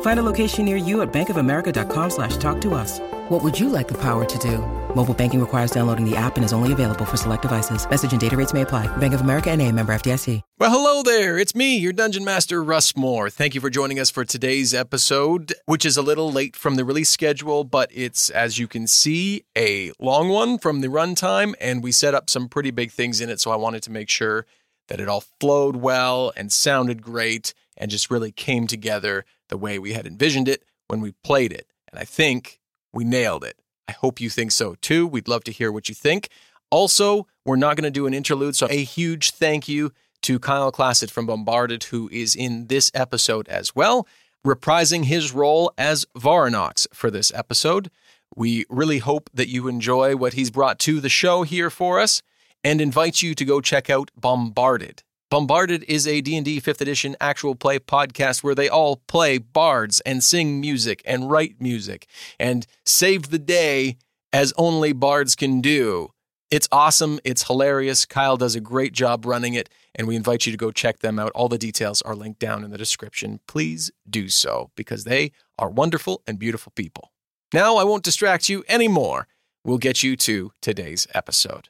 Find a location near you at bankofamerica.com slash talk to us. What would you like the power to do? Mobile banking requires downloading the app and is only available for select devices. Message and data rates may apply. Bank of America and a member FDIC. Well, hello there. It's me, your Dungeon Master, Russ Moore. Thank you for joining us for today's episode, which is a little late from the release schedule, but it's, as you can see, a long one from the runtime, and we set up some pretty big things in it, so I wanted to make sure that it all flowed well and sounded great and just really came together the way we had envisioned it when we played it. And I think we nailed it. I hope you think so too. We'd love to hear what you think. Also, we're not going to do an interlude, so a huge thank you to Kyle Classett from Bombarded, who is in this episode as well, reprising his role as Varanox for this episode. We really hope that you enjoy what he's brought to the show here for us and invite you to go check out Bombarded. Bombarded is a D&D 5th edition actual play podcast where they all play bards and sing music and write music and save the day as only bards can do. It's awesome. It's hilarious. Kyle does a great job running it, and we invite you to go check them out. All the details are linked down in the description. Please do so because they are wonderful and beautiful people. Now, I won't distract you anymore. We'll get you to today's episode.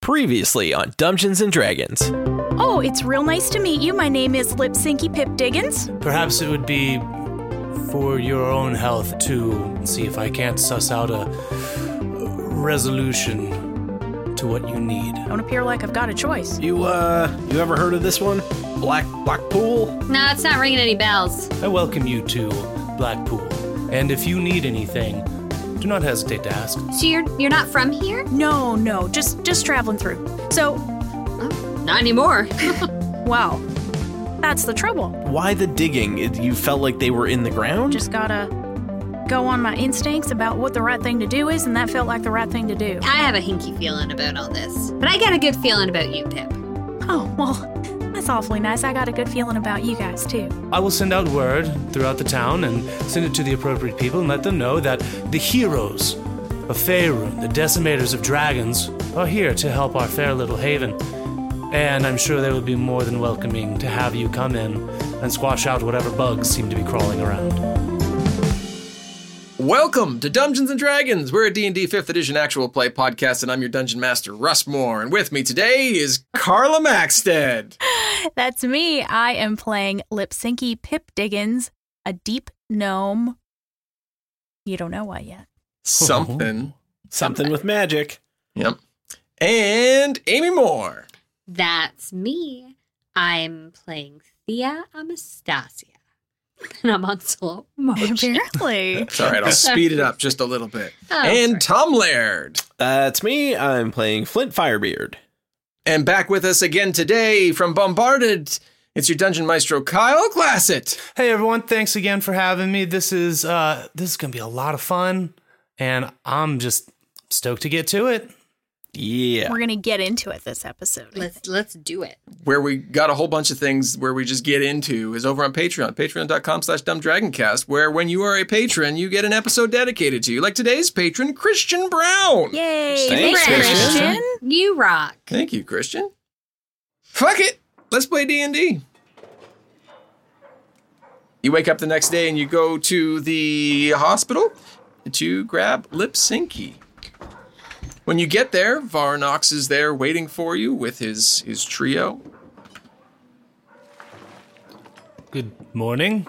Previously on Dungeons and Dragons. Oh, it's real nice to meet you. My name is Lipsinky Pip Diggins. Perhaps it would be for your own health to see if I can't suss out a resolution to what you need. Don't appear like I've got a choice. You uh, you ever heard of this one? Black Blackpool? No, it's not ringing any bells. I welcome you to Blackpool, and if you need anything, do not hesitate to ask. So you're you're not from here? No, no, just just traveling through. So, Not anymore. wow, that's the trouble. Why the digging? It, you felt like they were in the ground? Just gotta go on my instincts about what the right thing to do is, and that felt like the right thing to do. I have a hinky feeling about all this, but I got a good feeling about you, Pip. Oh well, that's awfully nice. I got a good feeling about you guys too. I will send out word throughout the town and send it to the appropriate people and let them know that the heroes of Faerun, the decimators of dragons, are here to help our fair little haven. And I'm sure they will be more than welcoming to have you come in and squash out whatever bugs seem to be crawling around. Welcome to Dungeons and Dragons. We're a D&D 5th edition actual play podcast, and I'm your Dungeon Master, Russ Moore. And with me today is Carla Maxted. That's me. I am playing Lipsinky Pip Diggins, a deep gnome. You don't know why yet. Something. Something with magic. Yep. And Amy Moore. That's me. I'm playing Thea Amastasia, and I'm on slow motion. Apparently. It's all right. I'll speed it up just a little bit. Oh, and Tom Laird. Uh, it's me. I'm playing Flint Firebeard. And back with us again today from Bombarded, it's your Dungeon Maestro, Kyle Classett. Hey everyone, thanks again for having me. This is uh this is going to be a lot of fun and I'm just stoked to get to it. Yeah. We're going to get into it this episode. I Let's let's do it. where we got a whole bunch of things where we just get into is over on Patreon, patreon.com slash dumbdragoncast, where when you are a patron, you get an episode dedicated to you, like today's patron, Christian Brown. think. Yay! Thanks, Christian. You rock. Thank you, Christian. Fuck it. Let's play D&D. You wake up the next day and you go to the hospital to grab Lipsinki. When you get there, Varnox is there waiting for you with his his trio. Good morning.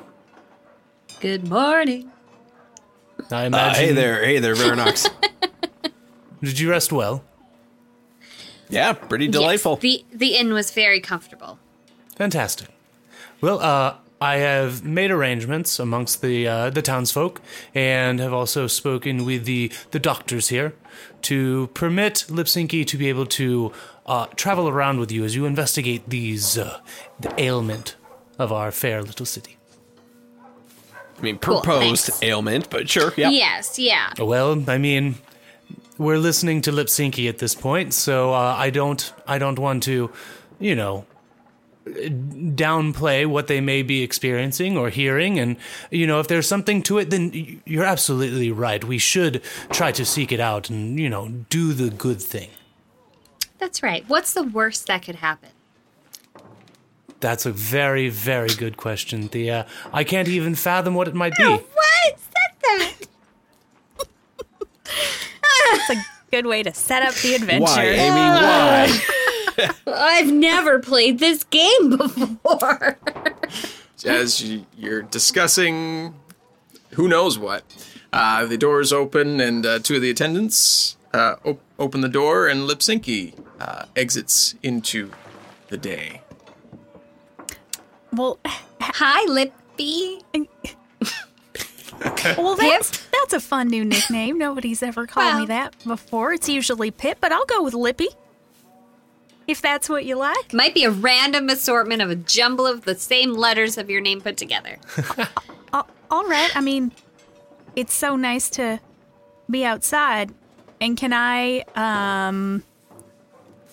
Good morning. I Uh, imagine hey there, hey there, Vernox. Did you rest well? Yeah, pretty Yes, delightful. the the inn was very comfortable. Fantastic. Well, uh, I have made arrangements amongst the uh, the townsfolk, and have also spoken with the the doctors here to permit Lipsinki to be able to uh, travel around with you as you investigate these uh, the ailment of our fair little city. I mean, Cool, proposed thanks. ailment, but sure. Yeah. Yes, yeah. Well, I mean, we're listening to Lipsinki at this point, so uh, I don't, I don't want to, you know, downplay what they may be experiencing or hearing, and you know, if there's something to it, then y- you're absolutely right. We should try to seek it out and you know, do the good thing. That's right. What's the worst that could happen? That's a very, very good question, Thea. I can't even fathom what it might be. What said that? It's a good way to set up the adventure. Why, Amy? Why? I've never played this game before. as y- you're discussing who knows what. Uh, the door is open, and uh, two of the attendants uh, op- open the door, and Lipsinki uh, exits into the day. Well, Hi, Lippy. well, that's that's a fun new nickname. Nobody's ever called Well. me that before. It's usually Pip, but I'll go with Lippy. If that's what you like. Might be a random assortment of a jumble of the same letters of your name put together. Al- all right. I mean, it's so nice to be outside. And can I um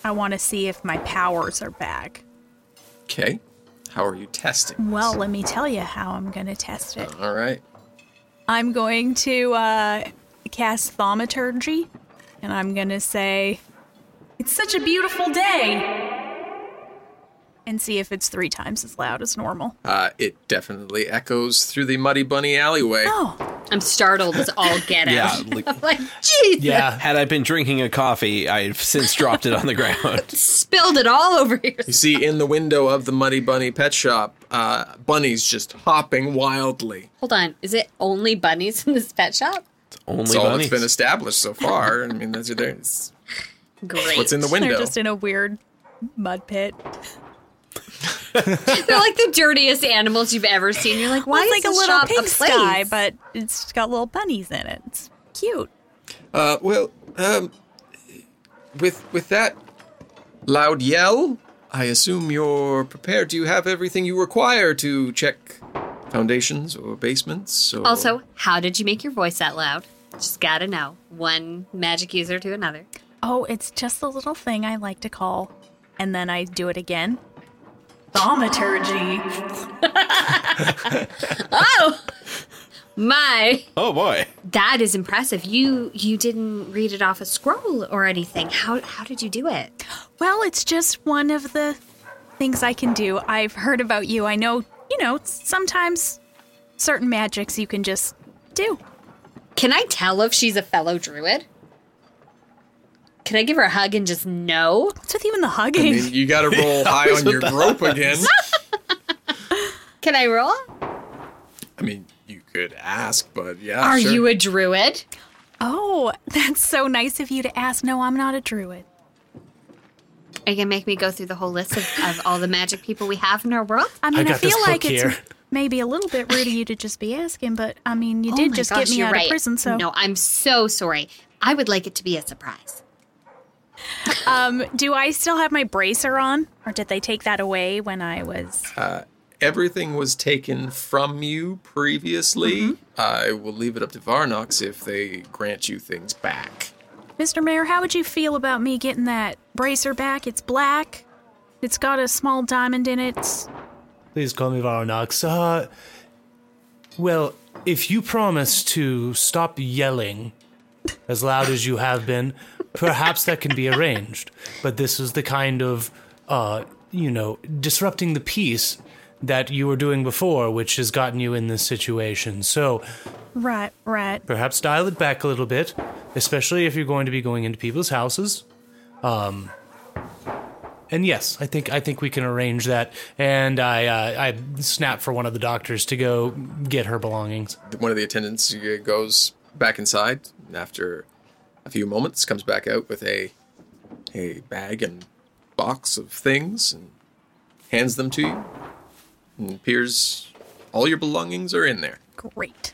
I want to see if my powers are back. Okay. How are you testing? Well, let me tell you how I'm going to test it. All right. I'm going to uh, cast Thaumaturgy, and I'm going to say, It's such a beautiful day! And see if it's three times as loud as normal. Uh, it definitely echoes through the Muddy Bunny alleyway. Oh, I'm startled as all get out. Yeah, like- I'm like, Jesus, Yeah, Had I been drinking a coffee, I've since dropped it on the ground. spilled it all over here. You see in the window of the Muddy Bunny pet shop, uh, bunnies just hopping wildly. Hold on, is it only bunnies in this pet shop? Only That's all bunnies. that's been established so far. I mean, that's that's Great. what's in the they're window. just in a weird mud pit. They're like the dirtiest animals you've ever seen. You're like, why Well, is it's like a this little shop pigsty, place? but it's got little bunnies in it. It's cute. Uh, well, um, with with that loud yell, I assume you're prepared. Do you have everything you require to check foundations or basements? Or... Also, how did you make your voice that loud? Just gotta know. One magic user to another. Oh, it's just a little thing I like to call, and then I do it again. Thaumaturgy. My, Oh boy. that is impressive. You you didn't read it off a scroll or anything. How how did you do it? Well, it's just one of the things I can do. I've heard about you. I know, you know, sometimes certain magics you can just do. Can I tell if she's a fellow druid? Can I give her a hug and just know? What's with even the I hugging? mean, you got to roll high on your grope again. Can I roll? I mean, you could ask, but yeah. Are sure. you a druid? oh, that's so nice of you to ask. No, I'm not a druid. Are you gonna make me go through the whole list of, of all the magic people we have in our world? I mean, I, got feel this like book it's here. maybe a little bit rude of you to just be asking, but I mean, you Oh did my just gosh, get me you're out right. of prison, so no, I'm so sorry. I would like it to be a surprise. um, do I still have my bracer on, or did they take that away when I was? Everything was taken from you previously. Mm-hmm. I will leave it up to Varnox if they grant you things back. Mr. Mayor, how would you feel about me getting that bracer back? It's black. It's got a small diamond in it. It's- Please call me Varanox. Uh, well, if you promise to stop yelling as loud as you have been, perhaps that can be arranged. But this is the kind of, uh, you know, disrupting the peace that you were doing before, which has gotten you in this situation. So Right, right. perhaps dial it back a little bit, especially if you're going to be going into people's houses. Um, and yes, I think I think we can arrange that. And I uh, I snap for one of the doctors to go get her belongings. one of the attendants uh, goes back inside and after a few moments comes back out with a a bag and box of things and hands them to you. And it appears all your belongings are in there. Great.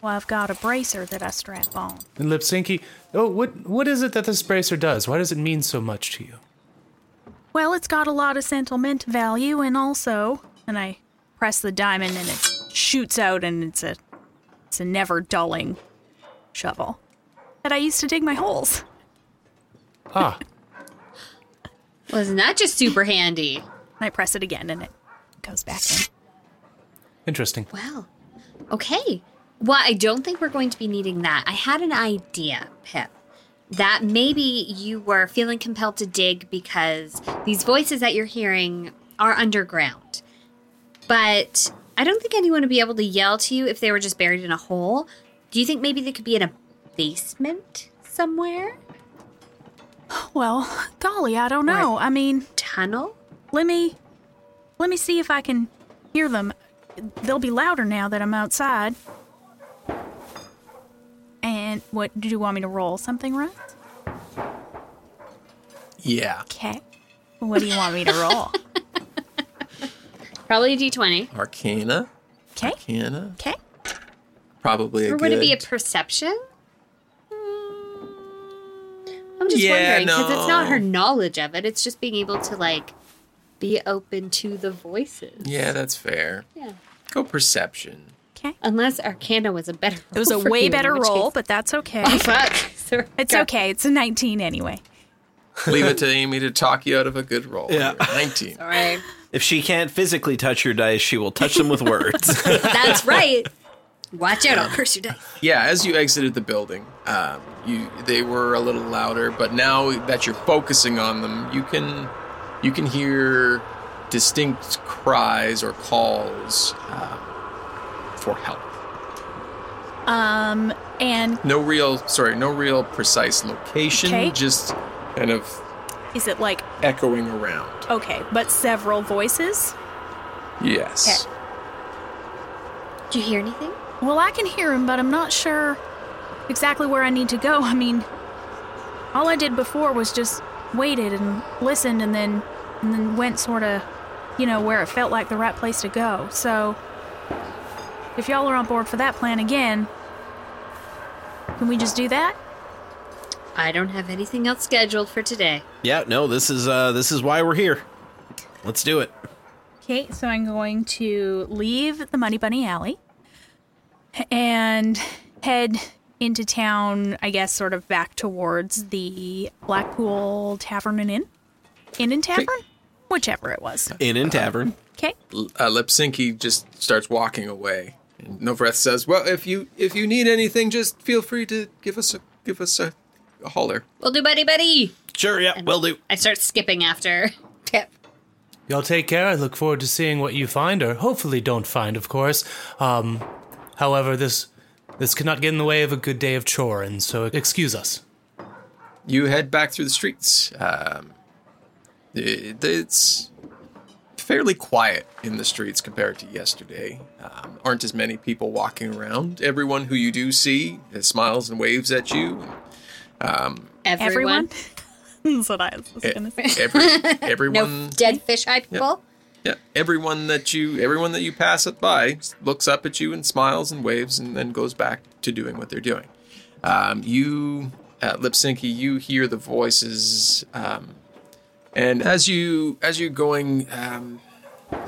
Well, I've got a bracer that I strap on. And Lipsinki, oh, what what is it that this bracer does? Why does it mean so much to you? Well, it's got a lot of sentiment value, and also, and I press the diamond, and it shoots out, and it's a, it's a never dulling shovel that I used to dig my holes. Ah, Well, isn't that just super handy? And I press it again, and it goes back in. interesting. Well, okay. Well, I don't think we're going to be needing that. I had an idea, Pip, that maybe you were feeling compelled to dig because these voices that you're hearing are underground. But I don't think anyone would be able to yell to you if they were just buried in a hole. Do you think maybe they could be in a basement somewhere? Well, golly, I don't know. I mean, Tunnel? let me, let me see if I can hear them. They'll be louder now that I'm outside. And what did you want me to roll? Something right? Yeah. Okay. What do you want me to roll? Probably a d20. Arcana. Okay. Arcana. Okay. Probably a Or would it be a good- perception? Hmm. I'm just Yeah, wondering because it's not no. her knowledge of it. It's just being able to like be open to the voices. Yeah, that's fair. Yeah. Go perception. Okay. Unless Arcana was a better. It was a roll for way you, in better which roll, case- but that's okay. Oh, fuck. Sorry. It's Go. okay. It's a 19 anyway. Leave it to Amy to talk you out of a good roll. Yeah. 19. Sorry. If she can't physically touch your dice, she will touch them with words. That's right. Watch out! I'll curse your dice. Yeah, as you exited the building, um, you they were a little louder, but now that you're focusing on them, you can you can hear distinct cries or calls uh, for help. Um, and No real, sorry, no real precise location, Okay. just kind of is it like, echoing around. okay, but several voices? Yes. Do you hear anything? Well, I can hear him, but I'm not sure exactly where I need to go. I mean, all I did before was just waited and listened and then and then went sort of, you know, where it felt like the right place to go. So if y'all are on board for that plan again, can we just do that? I don't have anything else scheduled for today. yeah, no, this is uh this is why we're here. Let's do it. Okay, so I'm going to leave the Money Bunny Alley and head into town, I guess, sort of back towards the Blackpool Tavern and Inn. Inn and Tavern? Whichever it was. Inn and tavern. Okay. L- Uh, Lipsinki just starts walking away. And Novreth says, "Well, if you if you need anything, just feel free to give us a give us a, a holler." We'll do, buddy, buddy. Sure, yeah, will do. I start skipping after Pip. Y'all take care. I look forward to seeing what you find, or hopefully don't find, of course. Um, however, this this cannot get in the way of a good day of chorin, so excuse us. you head back through the streets. Um, it- it's fairly quiet in the streets compared to yesterday. Um, aren't as many people walking around. Everyone who you do see uh, smiles and waves at you. Everyone. That's what I was E- going to say. Every, No everyone, dead fish eye people. yeah, everyone that you everyone that you pass it by looks up at you and smiles and waves, and then goes back to doing what they're doing. Um, you, uh, Lipsinki, you hear the voices, um, and as you as you're going, um,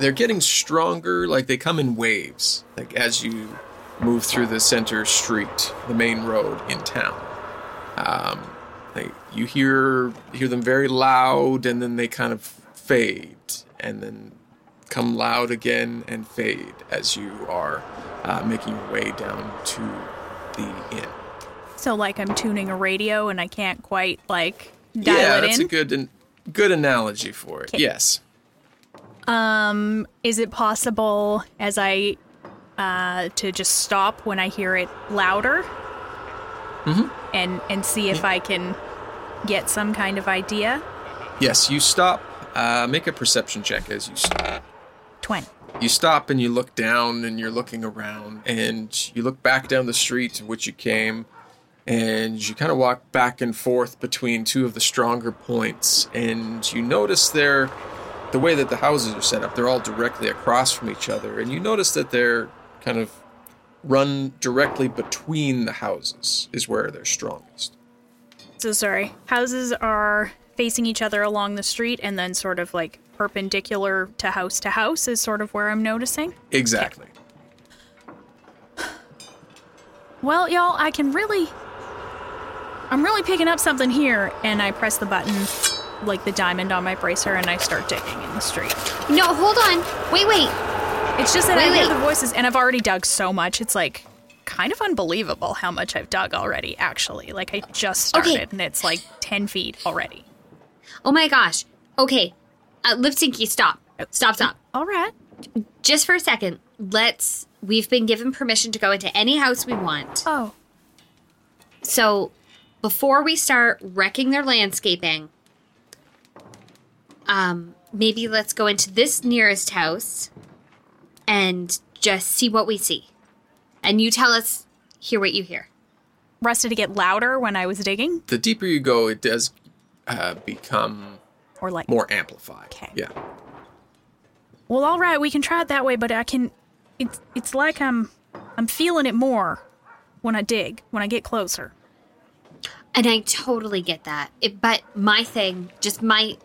they're getting stronger. Like they come in waves. Like as you move through the center street, the main road in town. Um, they, you hear hear them very loud, and then they kind of fade, and then come loud again and fade as you are uh, making your way down to the inn. So, like, I'm tuning a radio and I can't quite, like, dial yeah, it that's in. a good an- good analogy for it. 'Kay. Yes. Um, is it possible as I uh, to just stop when I hear it louder, mm-hmm. and and see if I can get some kind of idea? Yes, you stop. Uh, make a perception check as you stop. Twenty. You stop and you look down and you're looking around and you look back down the street to which you came and you kind of walk back and forth between two of the stronger points and you notice there the way that the houses are set up they're all directly across from each other and you notice that they're kind of run directly between the houses is where they're strongest So sorry. Houses are facing each other along the street and then sort of like perpendicular to house to house is sort of where I'm noticing. exactly Well, y'all, I can really. I'm really picking up something here, and I press the button, like the diamond on my bracer, and I start digging in the street. No, hold on. Wait, wait. It's just that I Wait, hear wait. the voices, and I've already dug so much. It's like kind of unbelievable how much I've dug already, actually. Like, I just Okay. started, and it's like 10 feet already. Oh my gosh. Okay. Uh, Lipsinky, stop. Stop, stop. All right. Just for a second. Let's. We've been given permission to go into any house we want. Oh. So before we start wrecking their landscaping, um, maybe let's go into this nearest house and just see what we see. And you tell us, hear what you hear. Russ, did it get louder when I was digging? the deeper you go it does uh, become Or like. more amplified Okay. yeah Well, all right, we can try it that way, but I can. It's, it's like I'm. I'm feeling it more when I dig, when I get closer. And I totally get that. It, but my thing, just my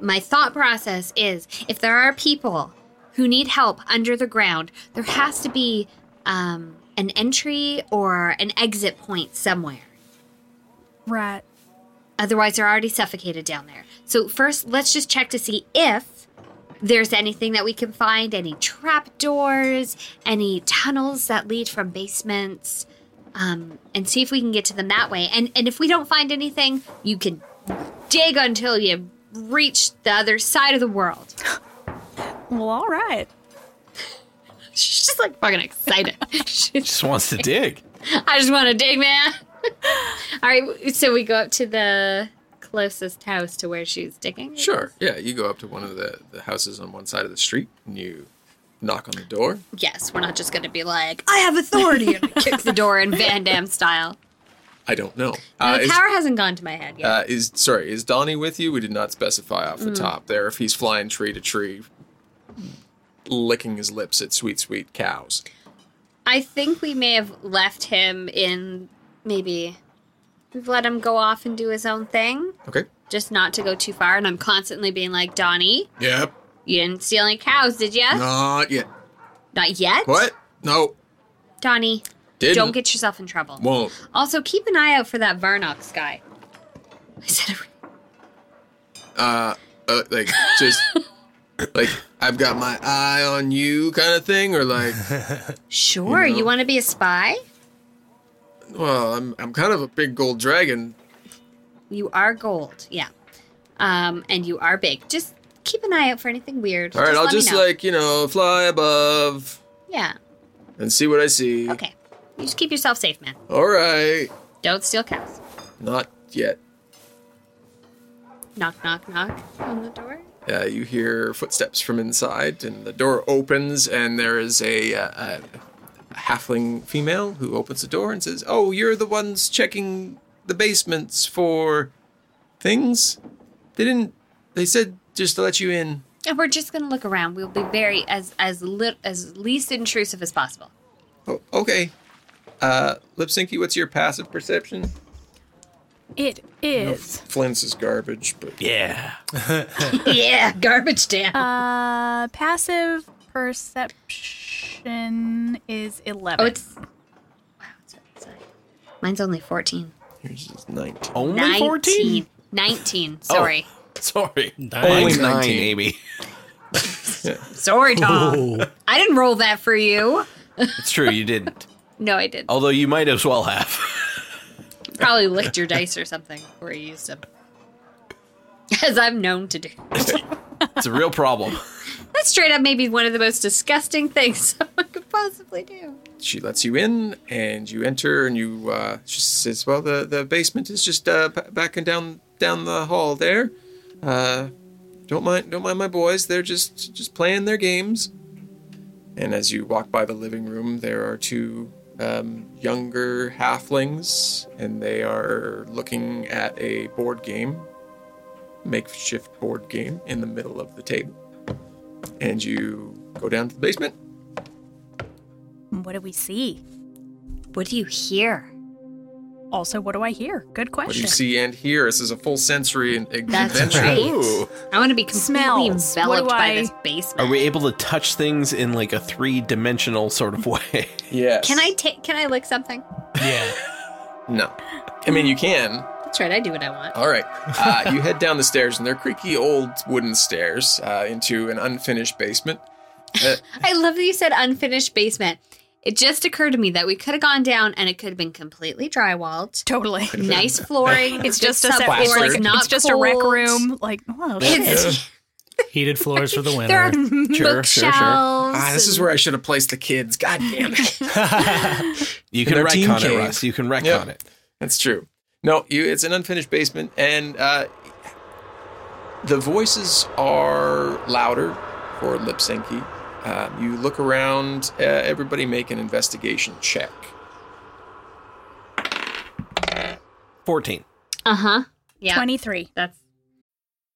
my thought process is if there are people who need help under the ground, there has to be um, an entry or an exit point somewhere. Right. Otherwise, they're already suffocated down there. So first, let's just check to see if there's anything that we can find, any trap doors, any tunnels that lead from basements, um, and see if we can get to them that way. And and if we don't find anything, you can dig until you reach the other side of the world. Well, all right. She's just like fucking excited. She's- Just wants to dig. I just want to dig, man. All right, so we go up to the closest house to where she's digging. Sure. Yeah, you go up to one of the, the houses on one side of the street and you knock on the door. Yes, we're not just going to be like, I have authority and kick the door in Van Damme style. I don't know. The Uh, is, power hasn't gone to my head yet. uh, is sorry, is Donnie with you? We did not specify off the Mm. top there if he's flying tree to tree, licking his lips at sweet sweet cows. I think we may have left him in maybe we've let him go off and do his own thing, Okay. just not to go too far. And I'm constantly being like, Donnie, Yep. you didn't steal any cows, did ya? Not yet. Not yet. What? No. Donnie, Didn't. don't get yourself in trouble. Won't. Also, keep an eye out for that Varnox guy. I said, Uh, uh like just like I've got my eye on you kind of thing or like sure, you want to be a spy? well, I'm I'm kind of a big gold dragon. You are gold, yeah. Um, and you are big. Just keep an eye out for anything weird. All right, I'll let me just know. like, you know, fly above yeah. and see what I see. Okay, you just keep yourself safe, man. All right. Don't steal cows. Not yet. Knock, knock, knock on the door. Uh, you hear footsteps from inside, and the door opens, and there is a, uh, a halfling female who opens the door and says, "Oh, you're the ones checking the basements for things. They didn't. They said just to let you in. And we're just gonna look around. We'll be very as as lit as least intrusive as possible. Oh, okay. Uh, Lipsinky, what's your passive perception? It is. Flint's is garbage, but Yeah. yeah, garbage down. Uh, passive perception is 11. oh, it's wow. It's outside. Mine's only fourteen. yours is nineteen. Only fourteen. Nineteen. Nineteen. Sorry. Oh. Sorry, Nine. Mine's nine, 19. Amy. Sorry, Tom. I didn't roll that for you. It's true, you didn't. No, I didn't. Although you might as well have. probably licked your dice or something or you used them as i'm known to do It's a real problem. that's straight up maybe one of the most disgusting things someone could possibly do she lets you in and you enter and you uh, she says well the, the basement is just uh, b- back and down down the hall there uh, don't mind don't mind my boys they're just just playing their games and as you walk by the living room there are two um, younger halflings, and they are looking at a board game, makeshift board game, in the middle of the table. And you go down to the basement. What do we see? What do you hear? Also, what do I hear? Good question. What do you see and hear? This is a full sensory and That's adventure. right. Ooh. I want to be completely Smells. What enveloped do by I- this Are basement. we able to touch things in like a three dimensional sort of way? Yes. Can I take? Can I lick something? Yeah. No. I mean, you can. That's right. I do what I want. All right. Uh, you head down the stairs, and they're creaky old wooden stairs uh, into an unfinished basement. I love that you said unfinished basement. It just occurred to me that we could have gone down and it could have been completely drywalled. Totally. Nice flooring. It's good just a set. It's, subfloor, like, it's not it's just a rec cold. room. Like, oh, shit. It's, Heated floors for the winter. there are sure, bookshelves. sure. Ah, this is where I should have placed the kids. God damn it. You their can wreck team on it, cave. Russ. You can wreck Yep. on it. That's true. No, you. It's an unfinished basement, and uh, the voices are louder for lip syncy. Um, you look around. Uh, everybody make an investigation check. 14. Uh Uh-huh. huh. Yeah. 23. That's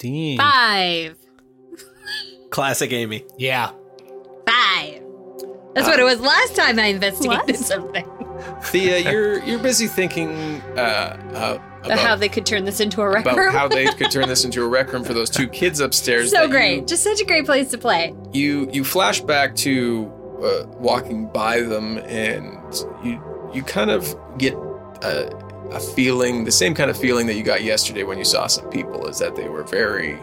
Damn. five. Classic Amy. Yeah. Five. That's what it was last time I investigated What? something. Thea, you're you're busy thinking uh, uh, about, how they could turn this into a rec about room. how they could turn this into a rec room for those two kids upstairs. so that great. you- Just such a great place to play. you you flash back to uh, walking by them and you you kind of get a, a feeling the same kind of feeling that you got yesterday when you saw some people is that they were very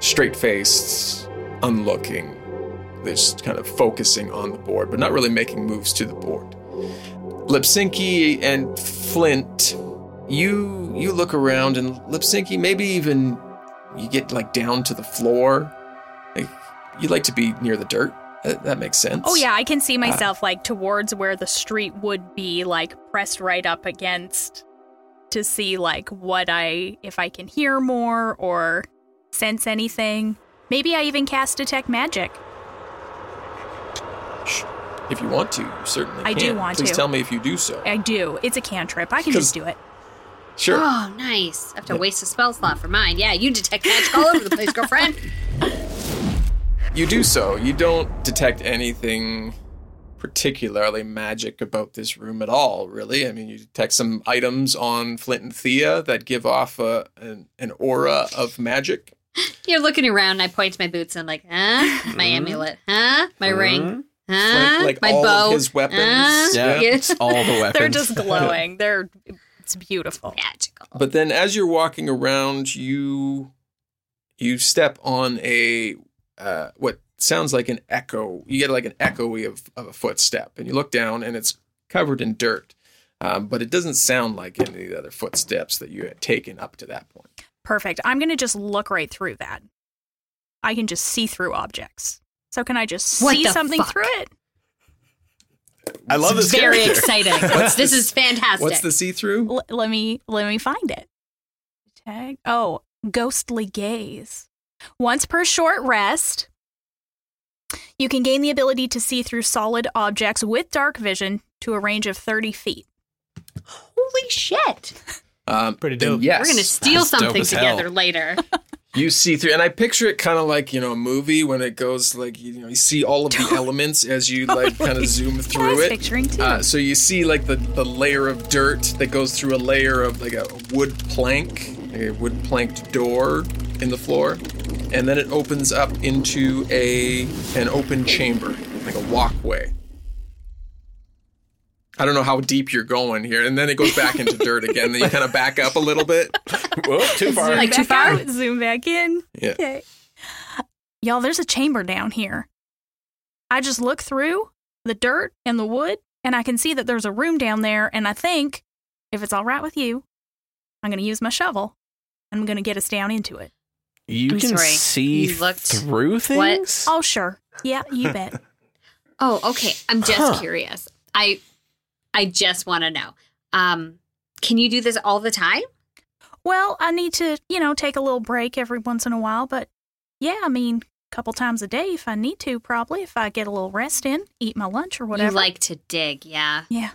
straight-faced unlooking they're just kind of focusing on the board but not really making moves to the board lipsinki and flint you you look around and lipsinki maybe even you get like down to the floor like you like to be near the dirt. That, that makes sense. Oh, yeah, I can see myself like towards where the street would be, like pressed right up against to see like what I, if I can hear more or sense anything. Maybe I even cast detect magic. If you want to, you certainly I can. do want Please to. tell me if you do so. I do. It's a cantrip. I can just 'Cause- do it. Sure. Oh, nice. I have to waste a spell slot for mine. Yeah, you detect magic all over the place, girlfriend. You do so. You don't detect anything particularly magic about this room at all, really. I mean, you detect some items on Flint and Thea that give off a, an, an aura of magic. You're looking around, and I point to my boots and I'm like, huh? My amulet, huh? My ring, huh? Hmm? Like- like my all bow. of his weapons. huh? Yeah. Yeah. It's all the weapons. They're just glowing. They're, it's beautiful. Magical. But then as you're walking around, you you step on a uh, what sounds like an echo. You get like an echoey of, of a footstep, and you look down, and it's covered in dirt. Um, but it doesn't sound like any of the other footsteps that you had taken up to that point. Perfect. I'm going to just look right through that. I can just see through objects. So can I just What see the something fuck? through it? I love this Very character. exciting. this, is fantastic. What's the see-through? L- let me let me find it. Tag. Oh, ghostly gaze. Once per short rest, you can gain the ability to see through solid objects with dark vision to a range of 30 feet. Holy shit. Um, Pretty then dope. Yes, We're going to steal That's dope something as hell. together later. you see through, and I picture it kind of like you know a movie when it goes like you know you see all of the elements as you like kind of zoom I through was it. picturing too. Uh, so you see like the, the layer of dirt that goes through a layer of like a wood plank, a wood planked door in the floor, and then it opens up into a an open chamber, like a walkway. I don't know how deep you're going here, and then it goes back into dirt again. Then you kind of back up a little bit. Whoa, too far. Like too Back far? out, zoom back in. Yeah. Okay. Y'all, there's a chamber down here. I just look through the dirt and the wood and I can see that there's a room down there. And I think, if it's all right with you, I'm going to use my shovel. and I'm going to get us down into it. You I'm can sorry. see You looked- through What? things. Oh, sure. Yeah, you bet. Oh, okay. I'm just Huh. curious. I I just want to know. Um, can you do this all the time? Well, I need to, you know, take a little break every once in a while, but yeah, I mean, a couple times a day if I need to, probably if I get a little rest in, eat my lunch or whatever. You like to dig, yeah. yeah,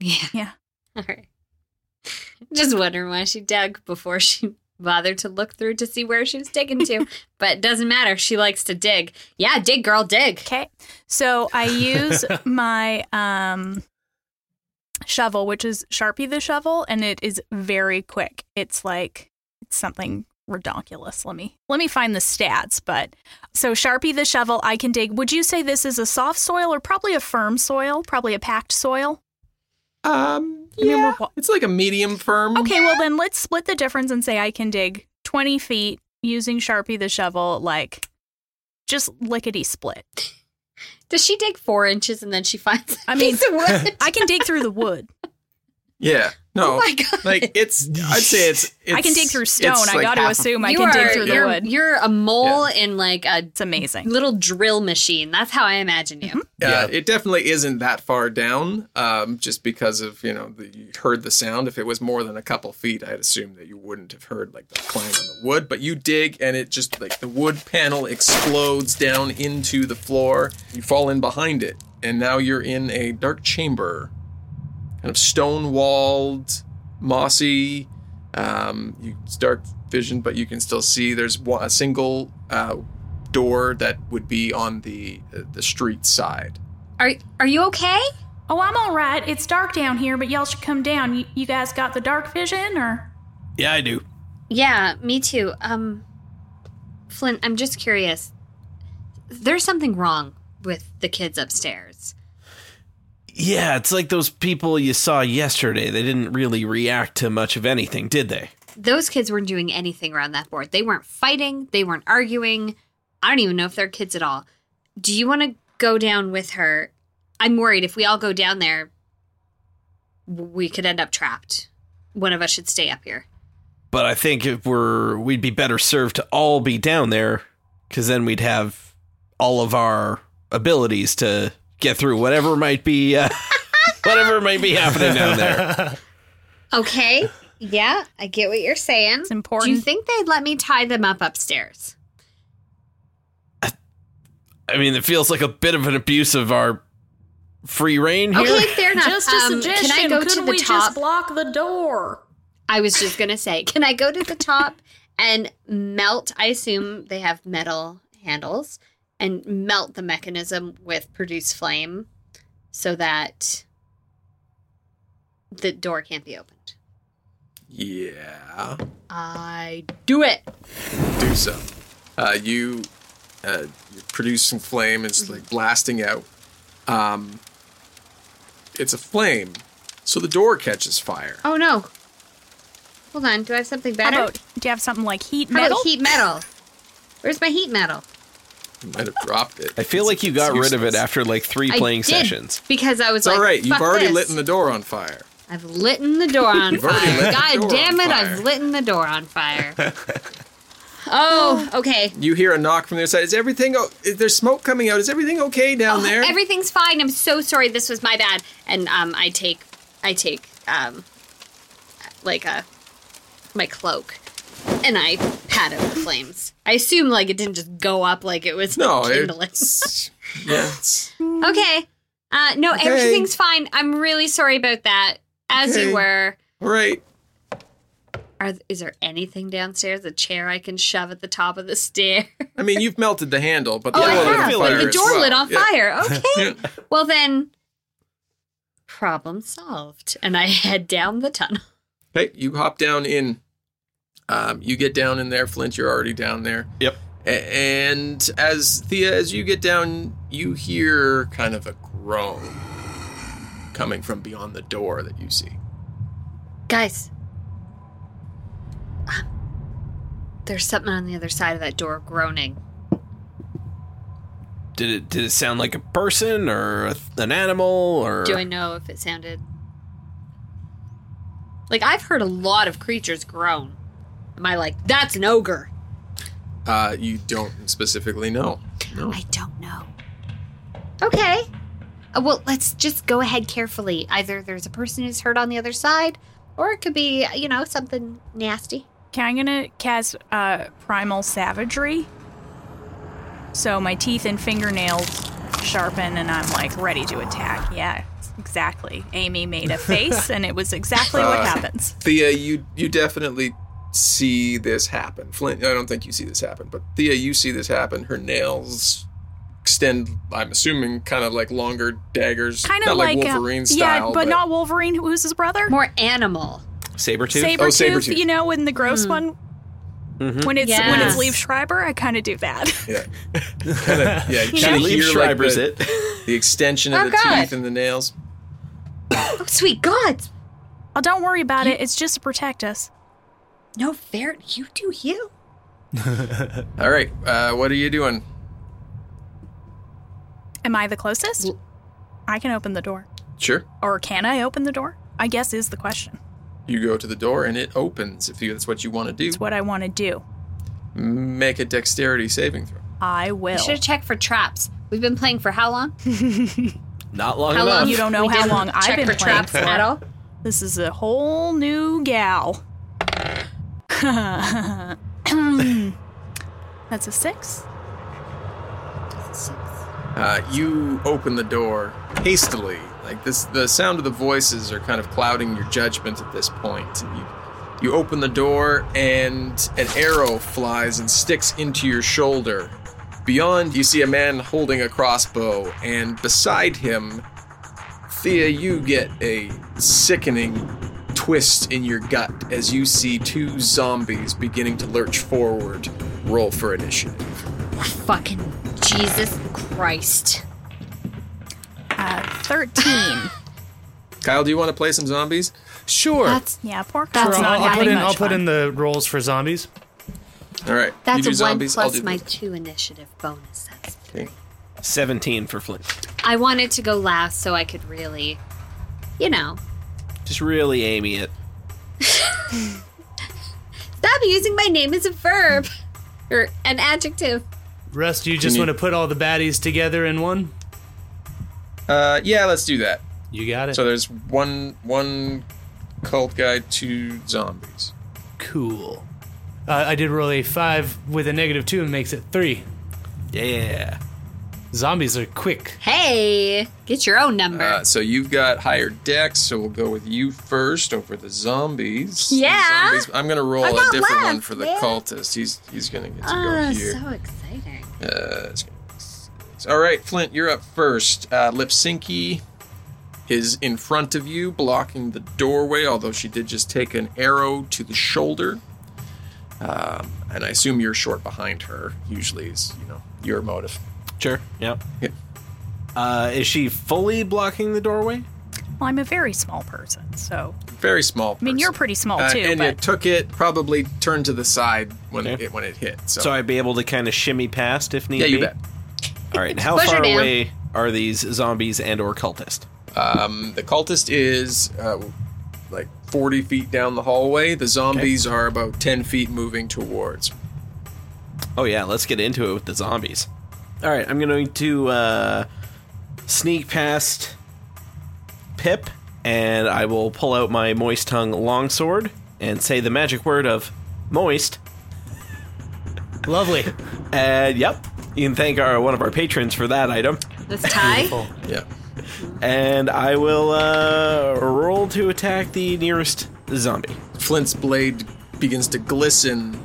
Yeah. yeah. All right. Just wondering why she dug before she bothered to look through to see where she was digging to. but it doesn't matter. She likes to dig. Yeah, dig, girl, dig. Okay. So I use my um shovel, which is Sharpie the shovel, and it is very quick. It's like it's something redonkulous. Let me let me find the stats, but so Sharpie the shovel, I can dig. Would you say this is a soft soil or probably a firm soil? Probably a packed soil? Um, mean, yeah, we're wa- it's like a medium firm. Okay, well then let's split the difference and say I can dig 20 feet using Sharpie the shovel, like just lickety split. Does she dig four inches and then she finds I mean, piece of wood? I can dig through the wood. Yeah. No. Oh my God. Like it's. I'd say it's. it's I can dig through stone. it's I like got to half- assume I you can dig are- through the you're, wood. You're a mole in like a It's amazing. little drill machine. That's how I imagine you. Mm-hmm. Yeah, it definitely isn't that far down. Um, just because of you know the, you heard the sound. If it was more than a couple feet, I'd assume that you wouldn't have heard like the clang on the wood. But you dig, and it just like the wood panel explodes down into the floor. You fall in behind it, and now you're in a dark chamber, kind of stone walled, mossy. Um, you it's dark vision, but you can still see. There's one, a single uh, door that would be on the uh, the street side. Are are you okay? Oh, I'm all right. It's dark down here, but y'all should come down. You, you guys got the dark vision or Yeah, I do. Yeah, me too. Um Flint, I'm just curious. There's something wrong with the kids upstairs. Yeah, it's like those people you saw yesterday. They didn't really react to much of anything, did they? Those kids weren't doing anything around that board. They weren't fighting, they weren't arguing. I don't even know if they're kids at all. Do you want to go down with her? I'm worried if we all go down there, we could end up trapped. One of us should stay up here. But I think if we're we'd be better served to all be down there cuz then we'd have all of our abilities to get through whatever might be uh, whatever might be happening down there. Okay. Yeah, I get what you're saying. It's important. Do you think they'd let me tie them up upstairs? I mean, it feels like a bit of an abuse of our free reign here. Okay, fair enough. just a Um, suggestion? Can I go Couldn't to the we top? just block the door? I was just gonna say, can I go to the top and melt? I assume they have metal handles and melt the mechanism with produce flame, so that the door can't be opened. Yeah, I do it. do so. Uh, you uh, you produce some flame. It's Mm-hmm. like blasting out. Um, it's a flame, so the door catches fire. Oh no! Hold on. Do I have something better? How about, do you have something like heat How metal? about heat metal? Where's my heat metal? You might have dropped it. I feel like you got rid of it after like 3 I playing did, sessions. because I was It's like, all right. You've "Fuck already this. lit the door on fire. I've lit the door on You've already fire. lit the God door damn on it, fire. I've lit the door on fire. oh, okay. You hear a knock from the other side. Is everything? O- is there smoke coming out? Is everything okay Oh, down there? Everything's fine. I'm so sorry. This was my bad. And um, I take, I take um, like a my cloak, and I pat out the flames. I assume like it didn't just go up like it was no, kindling. it's yeah. It's, okay. Uh, no, Okay. everything's fine. I'm really sorry about that. As Okay. you were. all right. Are, is there anything downstairs? A chair I can shove at the top of the stair? I mean, you've melted the handle, but the Oh, door lit on fire. I have. Like the as door well. lit on Yeah. fire. Okay. Yeah. well then, problem solved. And I head down the tunnel. Okay, you hop down in. Um, you get down in there, Flint. You're already down there. Yep. A- and as Thea, as you get down, you hear kind of a groan coming from beyond the door that you see. Guys, um, there's something on the other side of that door groaning. Did it did it sound like a person or a, an animal or Do I know if it sounded like I've heard a lot of creatures groan? Am I like that's an ogre? Uh, you don't specifically know. No. I don't know. Okay. Uh, well, let's just go ahead carefully. Either there's a person who's hurt on the other side, or it could be you know something nasty. Okay, I'm gonna cast uh, Primal Savagery. So my teeth and fingernails sharpen, and I'm like ready to attack. Yeah, exactly. Amy made a face, and it was exactly what Uh, happens. Thea, you you definitely see this happen. Flint, I don't think you see this happen, but Thea, you see this happen. Her nails extend. I'm assuming kind of like longer daggers, Kind not of like, uh, Wolverine yeah, style. but, not Wolverine. Who's his brother? More animal. Sabretooth? Sabretooth, Sabretooth. you know, when the gross one, Mhm. when it's when it's Hmm. Yes. Leaf Schreiber, I kind of do that. Mm-hmm. Yeah, kind of. Yeah, you Yeah. kinda She hear like Schreiber's the, it. the extension of Oh, the God. teeth and the nails. Oh, sweet God! Oh, don't worry about it. It's just to protect us. No fair. You do you. All right, uh, what are you doing? Am I the closest? Well- I can open the door, Sure. or can I open the door? I guess is the question. You go to the door and it opens. If you, that's what you want to do, It's what I want to do. make a dexterity saving throw. I will. You should have checked for traps. We've been playing for how long? Not long How enough. long? You don't know We how didn't long I've check been for playing traps for. at all. This is a whole new gal. That's a six. Uh, you open the door hastily. Like this, the sound of the voices are kind of clouding your judgment at this point. And you, you open the door, and an arrow flies and sticks into your shoulder. Beyond, you see a man holding a crossbow, and beside him, Thea, you get a sickening twist in your gut as you see two zombies beginning to lurch forward. Roll for initiative. Fucking Jesus Christ. Uh, Thirteen. Kyle, do you want to play some zombies? Sure. That's yeah, poor Kyle's That's Sure, not I'll, I'll put having in. much I'll put fun. in the rolls for zombies. All right. you that's do a zombies, one I'll plus do my two initiative bonus. That's Okay. 17 for Flint. I wanted to go last so I could really, you know, Just really Amy it. stop using my name as a verb or an adjective. Russ, do you just you- want to put all the baddies together in one? Uh, yeah, let's do that. You got it. So there's one one cult guy, two zombies. cool. Uh, I did roll a five with a negative two and makes it three. Yeah. Zombies are quick. Hey, get your own number. Uh, so you've got higher decks, so we'll go with you first over the zombies. The Yeah. zombies- I'm gonna roll I a got different one left, for the man. cultist. He's he's gonna get to oh, go here. so exciting. Uh, it's gonna be six. all right, Flint, you're up first. Uh, Lipsinki is in front of you, blocking the doorway, although she did just take an arrow to the shoulder. Um, and I assume you're short behind her, usually is, you know, your motive. Sure. Yep. Yeah. Uh, is she fully blocking the doorway? Well, I'm a very small person, so Very small. I mean you're person. pretty small Uh, too. and but it took it, probably turned to the side when Okay. it when it hit. So, So I'd be able to kind of shimmy past if need yeah, you be. bet. All right. How Push her far down. away are these zombies and or cultist? Um, the cultist is uh, like 40 feet down the hallway. The zombies are about 10 feet moving towards. Oh yeah, let's get into it with the zombies. All right, I'm going to uh, sneak past Pip, and I will pull out my moist tongue longsword and say the magic word of moist. Lovely. And yep, you can thank our one of our patrons for that item. This tie. Yeah. And I will uh, roll to attack the nearest zombie. Flint's blade begins to glisten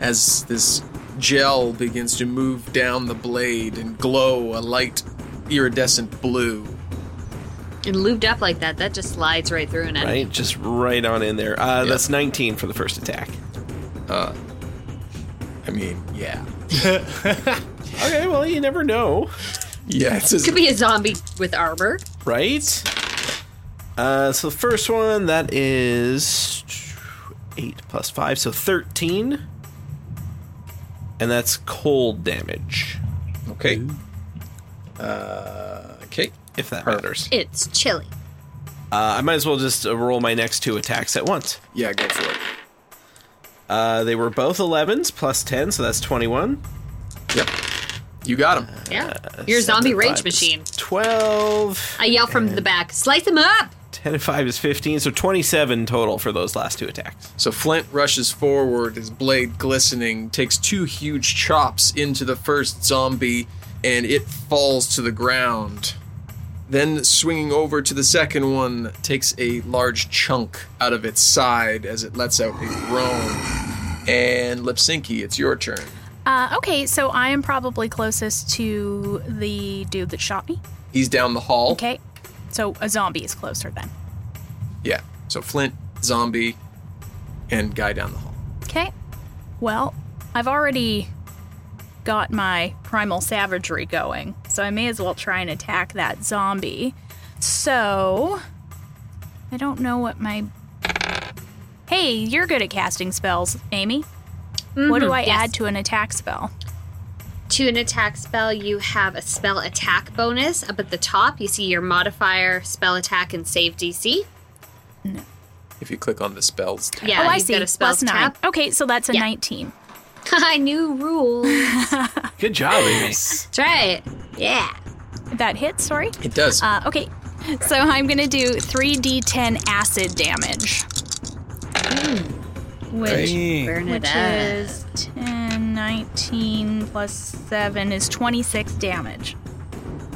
as this gel begins to move down the blade and glow a light iridescent blue. and lubed up like that, that just slides right through an enemy. Right, just right on in there. Uh, That's 19 for the first attack. I mean, yeah. Okay, well you never know. Yeah, it's just, Could be a zombie with armor. Right? Uh, so the first one, that is 8 plus 5, so 13. And that's cold damage. okay. Uh, okay. If that matters. It's chilly. Uh, I might as well just uh, roll my next two attacks at once. Yeah, go for it. Uh, they were both 11s plus 10, so that's 21. Yep. You got him. Yeah. You're a zombie rage machine. 12. I yell from the back, slice him up! 10 and 5 is 15, so 27 total for those last two attacks. So Flint rushes forward, his blade glistening, takes two huge chops into the first zombie, and it falls to the ground. Then, swinging over to the second one, takes a large chunk out of its side as it lets out a groan. And Lipsinki, it's your turn. Uh, okay, so I am probably closest to the dude that shot me. He's down the hall. Okay, so a zombie is closer then. Yeah. So Flint, zombie, and guy down the hall. Okay, well, I've already got my primal savagery going, so I may as well try and attack that zombie. So, I don't know what my. Hey, you're good at casting spells, Amy. What do Mhm, I yes. add to an attack spell? To an attack spell, you have a spell attack bonus. Up at the top, you see your modifier, spell attack, and save DC. If you click on the spells tab. Yeah, oh, I you've see. got a spells Plus nine. tab. Okay, so that's a Yeah. 19. I knew rules. Good job, Amy. That's right. Yeah. That hits, sorry. It does. Uh, okay, so I'm going to do 3d10 acid damage. Hmm. Which, Burn which it up. is 10, 19 plus 7 is 26 damage.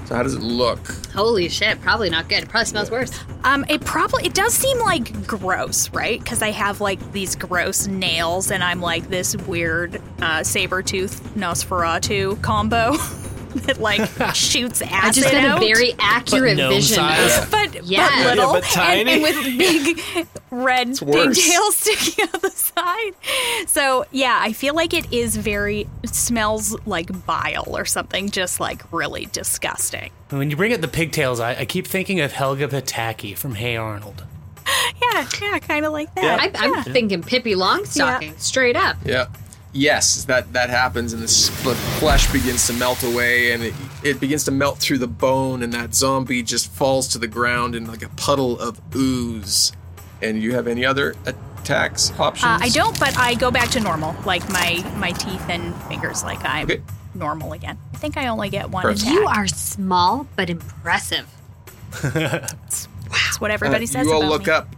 so how does it look? Holy shit, probably not good. It probably smells worse. Um, it probably it does seem like gross, right? Because I have like these gross nails, and I'm like this weird uh, saber tooth Nosferatu combo that like shoots acid I just got out. a very accurate gnome vision. size. of- but, Yeah. but Yeah, little but and- tiny. And, with big red worse. pigtails sticking out the side. So yeah, I feel like it is very it smells like bile or something, just like really disgusting. When you bring up the pigtails, I, I keep thinking of Helga Pataki from Hey Arnold. Yeah, yeah, kind of like that. I, I'm thinking Pippi Longstocking, straight up. Yeah. Yes, that that happens, and the s- the flesh begins to melt away, and it, it begins to melt through the bone, and that zombie just falls to the ground in like a puddle of ooze. And you have any other attacks options? Uh, I don't, but I go back to normal, like my my teeth and fingers, like I'm Okay. normal again. I think I only get one Perfect. attack. You are small but impressive. That's what Uh, everybody says. you all about look me. up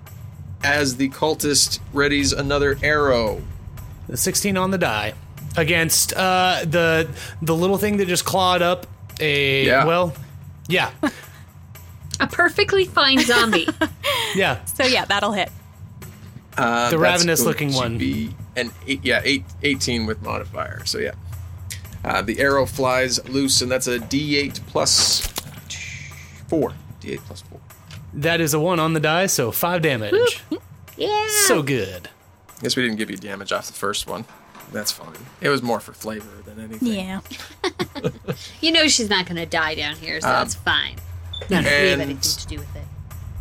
as the cultist readies another arrow. The 16 on the die against uh, the the little thing that just clawed up a Yeah. well, yeah, A perfectly fine zombie. yeah. So yeah, that'll hit. Uh, that's The ravenous going looking to one. Be an eight, yeah, eight, 18 with modifier. So yeah, uh, the arrow flies loose, and that's a D8 plus four. D8 plus four. That is a one on the die, so five damage. yeah. So good. Guess we didn't give you damage off the first one. That's fine. It was more for flavor than anything. Yeah. You know she's not going to die down here, so it's fine. Not if we have Um, and- anything to do with it.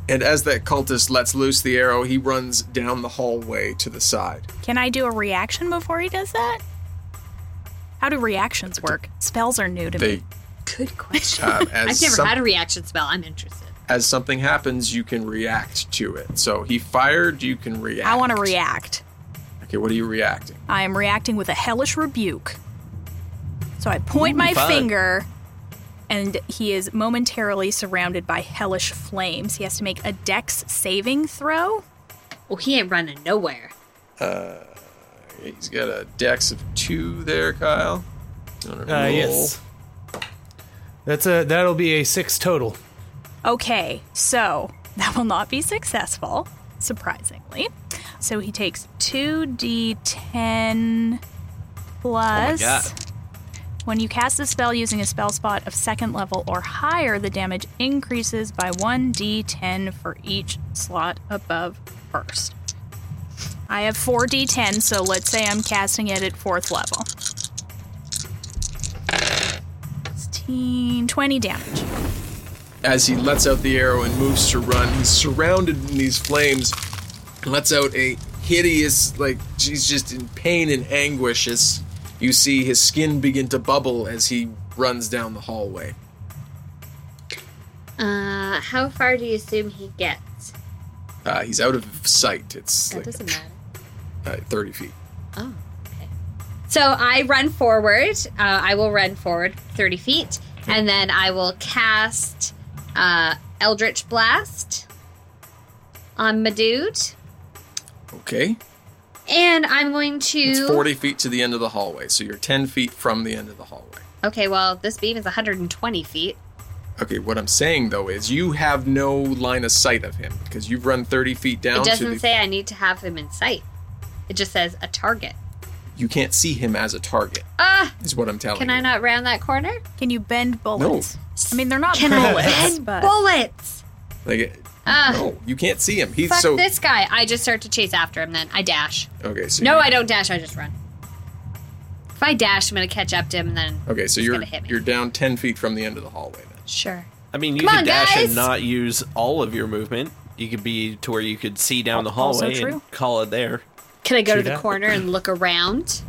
And as that cultist lets loose the arrow, he runs down the hallway to the side. Can I do a reaction before he does that? How do reactions work? Spells are new to me. They, Good question. um, as I've never some- had a reaction spell. I'm interested. as something happens, you can react to it. So he fired, you can react. I want to react. Okay, what are you reacting? I am reacting with a hellish rebuke. So I point my finger, and he is momentarily surrounded by hellish flames. He has to make a dex saving throw. Well, he ain't running nowhere. He's got a dex of two there, Kyle. On a Uh, roll. yes. That's a that'll be a six total. Okay, so that will not be successful, surprisingly. So he takes 2d10 plus. when you cast a spell using a spell spot of second level or higher, the damage increases by 1d10 for each slot above first. I have 4d10, so let's say I'm casting it at fourth level. 16, 20 damage. As he lets out the arrow and moves to run, he's surrounded in these flames and lets out a hideous, like, he's just in pain and anguish as you see his skin begin to bubble as he runs down the hallway. Uh, how far do you assume he gets? Uh, he's out of sight. It's That like doesn't matter. uh, 30 feet. Oh, okay. So I run forward. Uh, I will run forward 30 feet, and then I will cast uh, Eldritch Blast on my dude. Okay. And I'm going to. It's 40 feet to the end of the hallway. So you're 10 feet from the end of the hallway. Okay, well, this beam is 120 feet. Okay, what I'm saying though is you have no line of sight of him because you've run 30 feet down it to the. doesn't say I need to have him in sight, it just says a target. you can't see him as a target, Ah! is what I'm telling Can you. I not round that corner? Can you bend bullets? No. I mean, they're not Can I bullets, bend but bullets? Like, Ah. no, you can't see him. He's Fuck so. this guy. I just start to chase after him then. I dash. Okay, so. No, you- I don't dash. I just run. If I dash, I'm gonna catch up to him, and then Okay, so he's you're gonna hit me. you're down 10 feet from the end of the hallway then. sure. I mean, you Come could on, dash guys. and not use all of your movement. You could be to where you could see down the Also hallway true. and call it there. Can I go True to the that. corner and look around?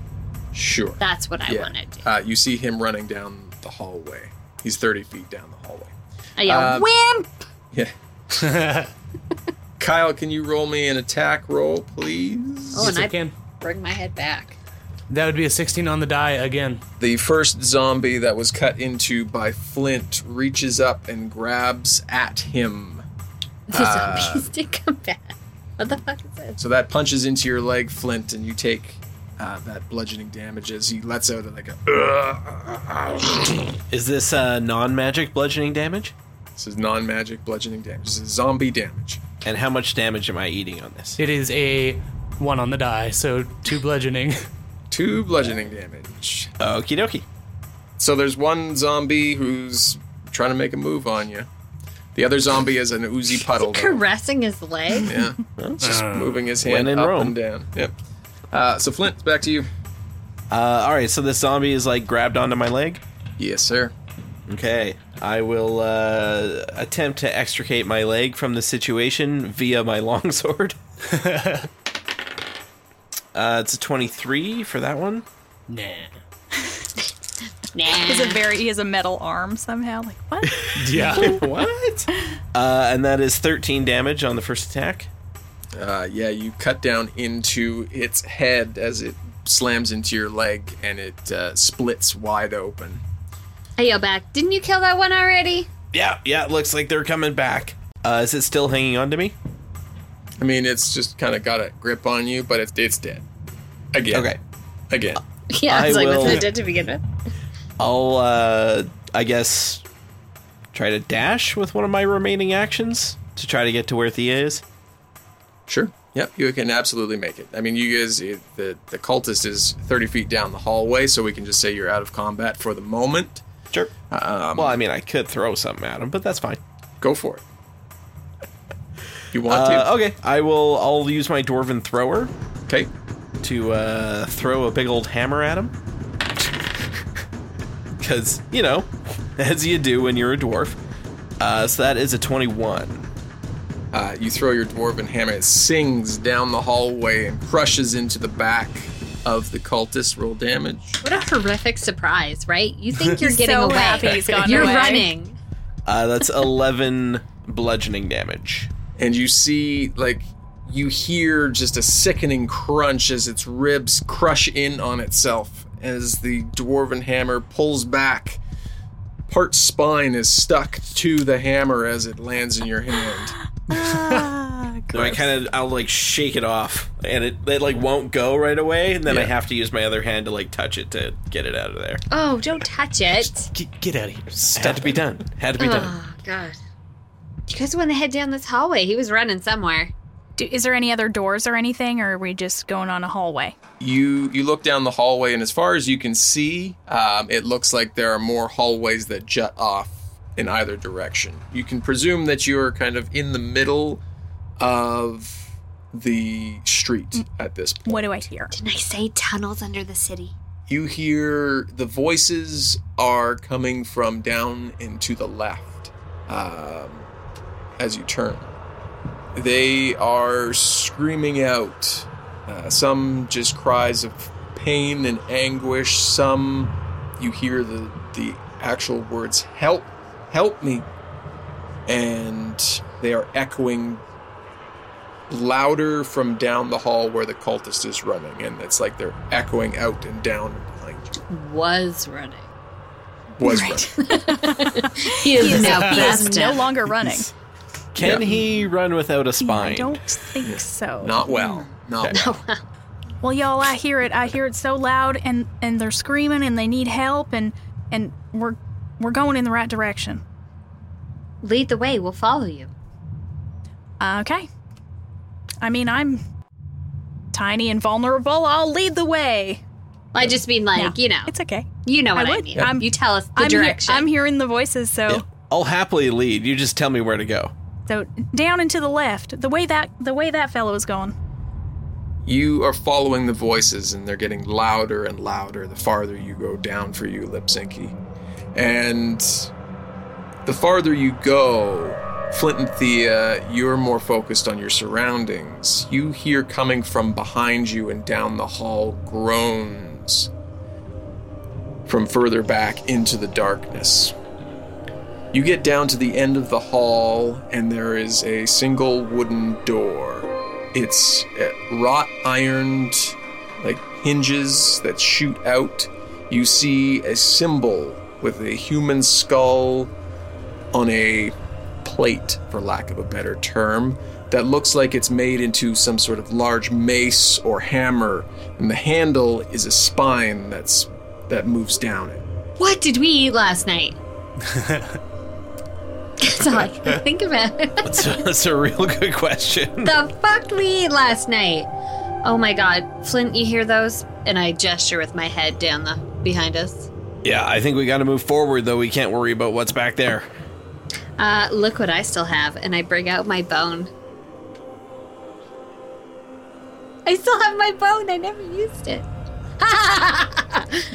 Sure. That's what I yeah. want to do. Uh, you see him running down the hallway. He's 30 feet down the hallway. I yell, uh, "Wimp!" Yeah. Kyle, can you roll me an attack roll, please? Oh, and Yes, I I can. bring my head back. That would be a 16 on the die again. The first zombie that was cut into by Flint reaches up and grabs at him. The zombies did come back. What the fuck is this? So that punches into your leg, Flint, and you take uh, that bludgeoning damage as he lets out like a. Is this uh, non-magic bludgeoning damage? This is non magic bludgeoning damage. This is zombie damage. And how much damage am I eating on this? It is a one on the die, so two bludgeoning. Two bludgeoning damage. Okie dokie. So there's one zombie who's trying to make a move on you. The other zombie is an oozy puddle. though. Caressing his leg. Yeah. It's just moving his Uh, when hand in up Rome. and down. Yep. Uh, so Flint, it's back to you. Uh, all right, so this zombie is like grabbed onto my leg. Yes, sir. Okay, I will uh, attempt to extricate my leg from the situation via my longsword. uh, it's a twenty-three for that one. nah. Nah. He's a very he has a metal arm somehow. Like what? Yeah. what? Uh, and that is thirteen damage on the first attack. Uh, yeah, you cut down into its head as it slams into your leg and it uh, splits wide open. I yell back, "Didn't you kill that one already?" Yeah, yeah. it Looks like they're coming back. Uh, is it still hanging on to me? I mean, it's just kind of got a grip on you, but it's, it's dead. Again. Okay. Again. Yeah, I I was like, "What's will- it did to begin with?" I'll, uh, I guess, try to dash with one of my remaining actions to try to get to where Thea is. Sure. Yep, you can absolutely make it. I mean, you guys, it, the, the cultist is 30 feet down the hallway, so we can just say you're out of combat for the moment. Sure. well, I mean, I could throw something at him, but that's fine. Go for it. You want Uh, okay, I will. I'll use my dwarven thrower to? Okay. to uh, throw a big old hammer at him. Because you know, as you do when you're a dwarf. Uh, so that is a twenty-one. Uh, you throw your dwarven hammer. It sings down the hallway and crushes into the back of the cultist. Roll damage. What a horrific surprise, right? You think you're He's getting so away. happy he's gone you're away. running. Uh, that's 11 bludgeoning damage. And you see, like, you hear just a sickening crunch as its ribs crush in on itself as the dwarven hammer pulls back. Part spine is stuck to the hammer as it lands in your hand. Ah, And I kind of, I'll like shake it off, and it, it like won't go right away, and then I Yeah. have to use my other hand to like touch it to get it out of there. Oh, don't touch it. Get, get out of here. Had to be done. Had to be done. Oh god. You guys want to head down this hallway. He was running somewhere. Do, is there any other doors or anything, or are we just going on a hallway? you you look down the hallway and as far as you can see um, it looks like there are more hallways that jut off in either direction you can presume that you're kind of in the middle of the street at this point What do I hear? Didn't I say tunnels under the city? you hear the voices are coming from down and to the left um, as you turn. They are screaming out, uh, some just cries of pain and anguish, some you hear the, the actual words, Help, help me. and they are echoing louder from down the hall where the cultist is running, and it's like they're echoing out and down and behind you. Was running. Was He is, He is, now he is past no him. longer running. Can Yeah. he run without a I spine? don't think so. not well, not well. Well, y'all, I hear it. I hear it so loud, and and they're screaming, and they need help, and and we're we're going in the right direction. Lead the way. We'll follow you. Okay. I mean, I'm tiny and vulnerable. I'll lead the way. I just mean like No, you know, It's okay. you know I what I, would. mean. Yeah. I'm- you tell us the I'm, hear- direction. I'm hearing the voices, so Yeah. I'll happily lead. You just tell me where to go. so down and to the left, the way that the way that fellow is going. You are following the voices, and they're getting louder and louder the farther you go down for you, Lipsinky. And the farther you go, Flint and Thea, you're more focused on your surroundings. You hear coming from behind you and down the hall groans from further back into the darkness. You get down to the end of the hall, and there is a single wooden door. It's uh, wrought ironed, like hinges that shoot out. You see a symbol with a human skull on a plate, for lack of a better term, that looks like it's made into some sort of large mace or hammer, and the handle is a spine that's that moves down it. what did we eat last night? That's all I can think about. That's a, that's a real good question. the fuck we eat last night? Oh my god, Flint, you hear those? And I gesture with my head down the behind us. Yeah, I think we got to move forward, though. We can't worry about what's back there. Uh, look what I still have, and I bring out my bone. I still have my bone. I never used it.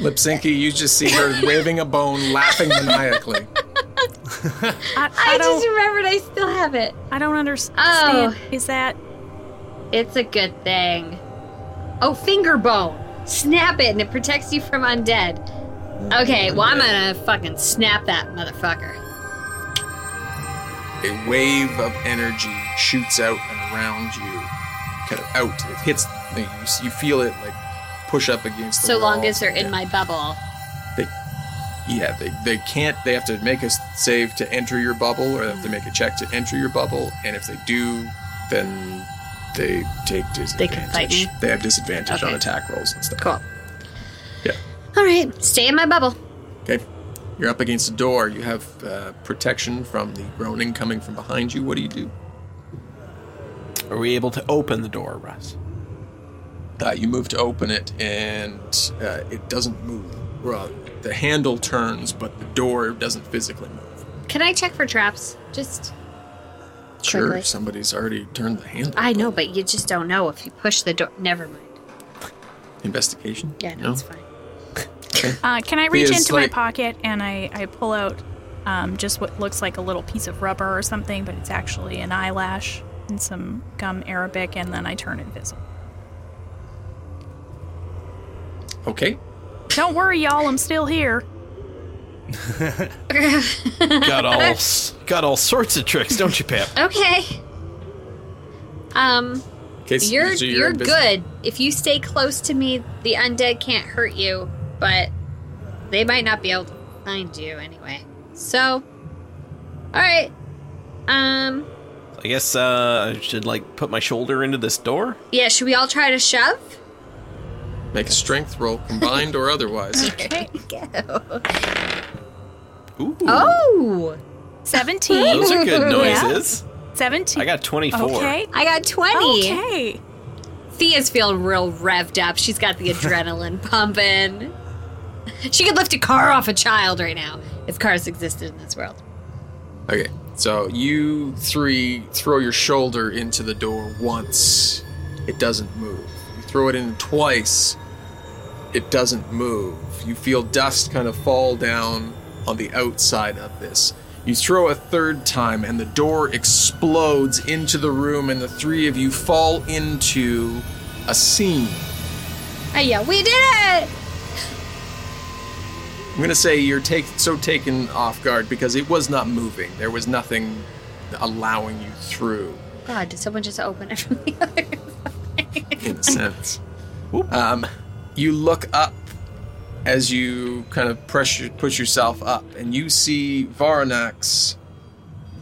Lipsinki, you just see her waving a bone, laughing maniacally. I, I, I, don't just remembered I still have it. I don't understand. Is that It's a good thing. Oh, finger bone. Snap it, and it protects you from undead. Okay, well I'm gonna fucking snap that motherfucker. A wave of energy shoots out and around you, kind of out. It hits. You, you feel it like push up against the So wall. long as they're in my bubble. They, yeah, they, they can't. They have to make a save to enter your bubble, or they have to make a check to enter your bubble. And if they do, then they take disadvantage. They can fight me? They have disadvantage on Okay. attack rolls and stuff. Cool. Yeah. All right, stay in my bubble. Okay. You're up against a door. You have uh, protection from the groaning coming from behind you. What do you do? Are we able to open the door, Russ? Uh, you move to open it, and uh, it doesn't move. Well, the handle turns, but the door doesn't physically move. Can I check for traps? Just Sure, Quickly. somebody's already turned the handle. I know, but you just don't know if you push the door. Never mind. Investigation. Yeah, no, No? it's fine. Uh, can I reach Because, into like- my pocket and I, I pull out um, just what looks like a little piece of rubber or something, but it's actually an eyelash and some gum arabic, and then I turn invisible. Okay. Don't worry, y'all, I'm still here. Got all s- got all sorts of tricks, don't you, Pip? Okay. Um, Okay, so- you're so you're, invis- good. If you stay close to me, the undead can't hurt you, but they might not be able to find you anyway. So, all right. Um, I guess uh, I should like put my shoulder into this door. yeah. Should we all try to shove? Make a strength roll, combined or otherwise. Okay. Go. Ooh, Oh, 17. those are good Yeah. noises. 17. I got twenty four. Okay. I got twenty. Okay. Thea's feeling real revved up. She's got the adrenaline pumping. She could lift a car off a child right now if cars existed in this world. Okay, so you three throw your shoulder into the door once, it doesn't move. You throw it in twice, it doesn't move. You feel dust kind of fall down on the outside of this. You throw a third time, and the door explodes into the room, and the three of you fall into a scene. Hey, yeah, we did it! I'm gonna say you're take, so taken off guard because it was not moving. There was nothing allowing you through, God, did someone just open it from the other in a sense. um, you look up as you kind of press your, push yourself up, and you see Varanax,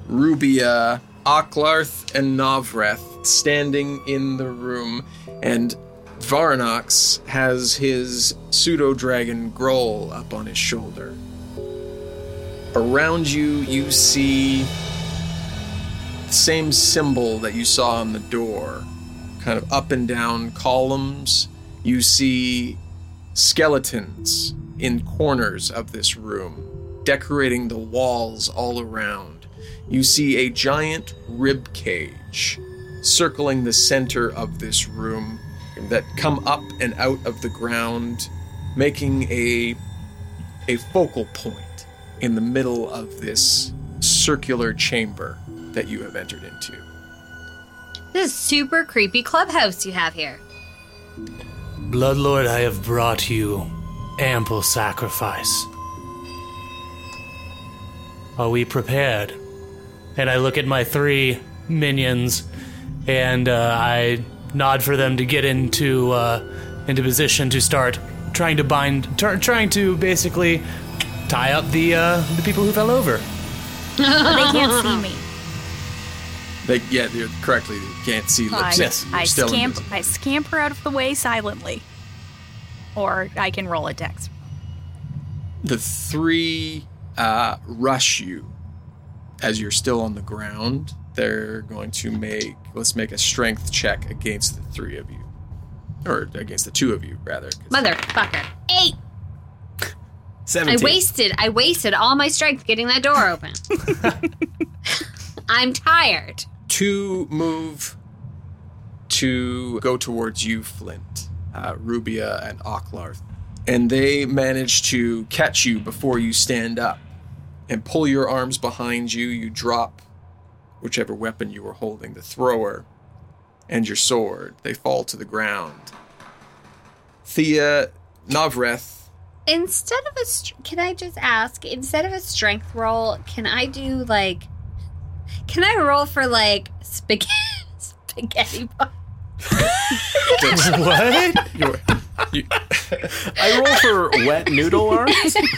Rubia, Aklarth, and Novreth standing in the room, and Varanax has his pseudo dragon Groll up on his shoulder. Around you, you see the same symbol that you saw on the door, kind of up and down columns. You see skeletons in corners of this room, decorating the walls all around. You see a giant rib cage circling the center of this room that come up and out of the ground, making a a focal point in the middle of this circular chamber that you have entered into. This is super creepy clubhouse you have here. Bloodlord, I have brought you ample sacrifice. Are we prepared? And I look at my three minions, and uh, I nod for them to get into uh, into position to start trying to bind, tr- trying to basically tie up the uh, the people who fell over. they can't see me. They, yeah, you're correctly. You can't see Oh, I, lips. I, You're still scamp- invisible. I scamper out of the way silently. Or I can roll a dex. the three uh, rush you as you're still on the ground. They're going to make let's make a strength check against the three of you, or against the two of you rather. 'cause Motherfucker. Eight. I wasted. I wasted all my strength getting that door open. I'm tired. Two move to go towards you, Flint, uh, Rubia, and Ocklarth, and they manage to catch you before you stand up and pull your arms behind you. You drop whichever weapon you were holding, the thrower, and your sword. They fall to the ground. Thea Novreth, Instead of a, str- can I just ask? Instead of a strength roll, can I do like, can I roll for like spaghetti? Spaghetti. bo- what? you, you, I roll for wet noodle arms. Can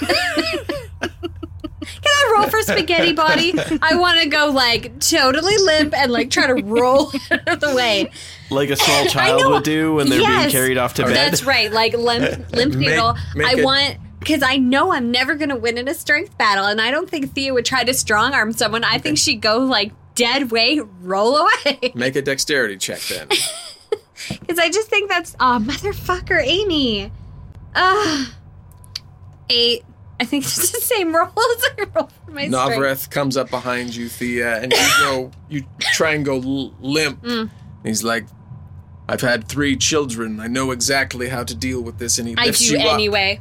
I roll for spaghetti body? I want to go like totally limp and like try to roll out of the way. like a small I child know- would do when they're Yes. Oh, being carried off to bed. That's right, like limp, limp Make- noodle. make I it- want because I know I'm never gonna win in a strength battle, and I don't think Thea would try to strong arm someone. I think she'd go like dead weight, roll away. make a dexterity check then. Because I just think that's oh motherfucker, Amy. Ugh. eight. I think it's the same roll as I roll for my strength. Novreth comes up behind you, Thea, and you go, you try and go l- limp. Mm. And he's like, I've had three children. I know exactly how to deal with this. And he I lifts do you up anyway.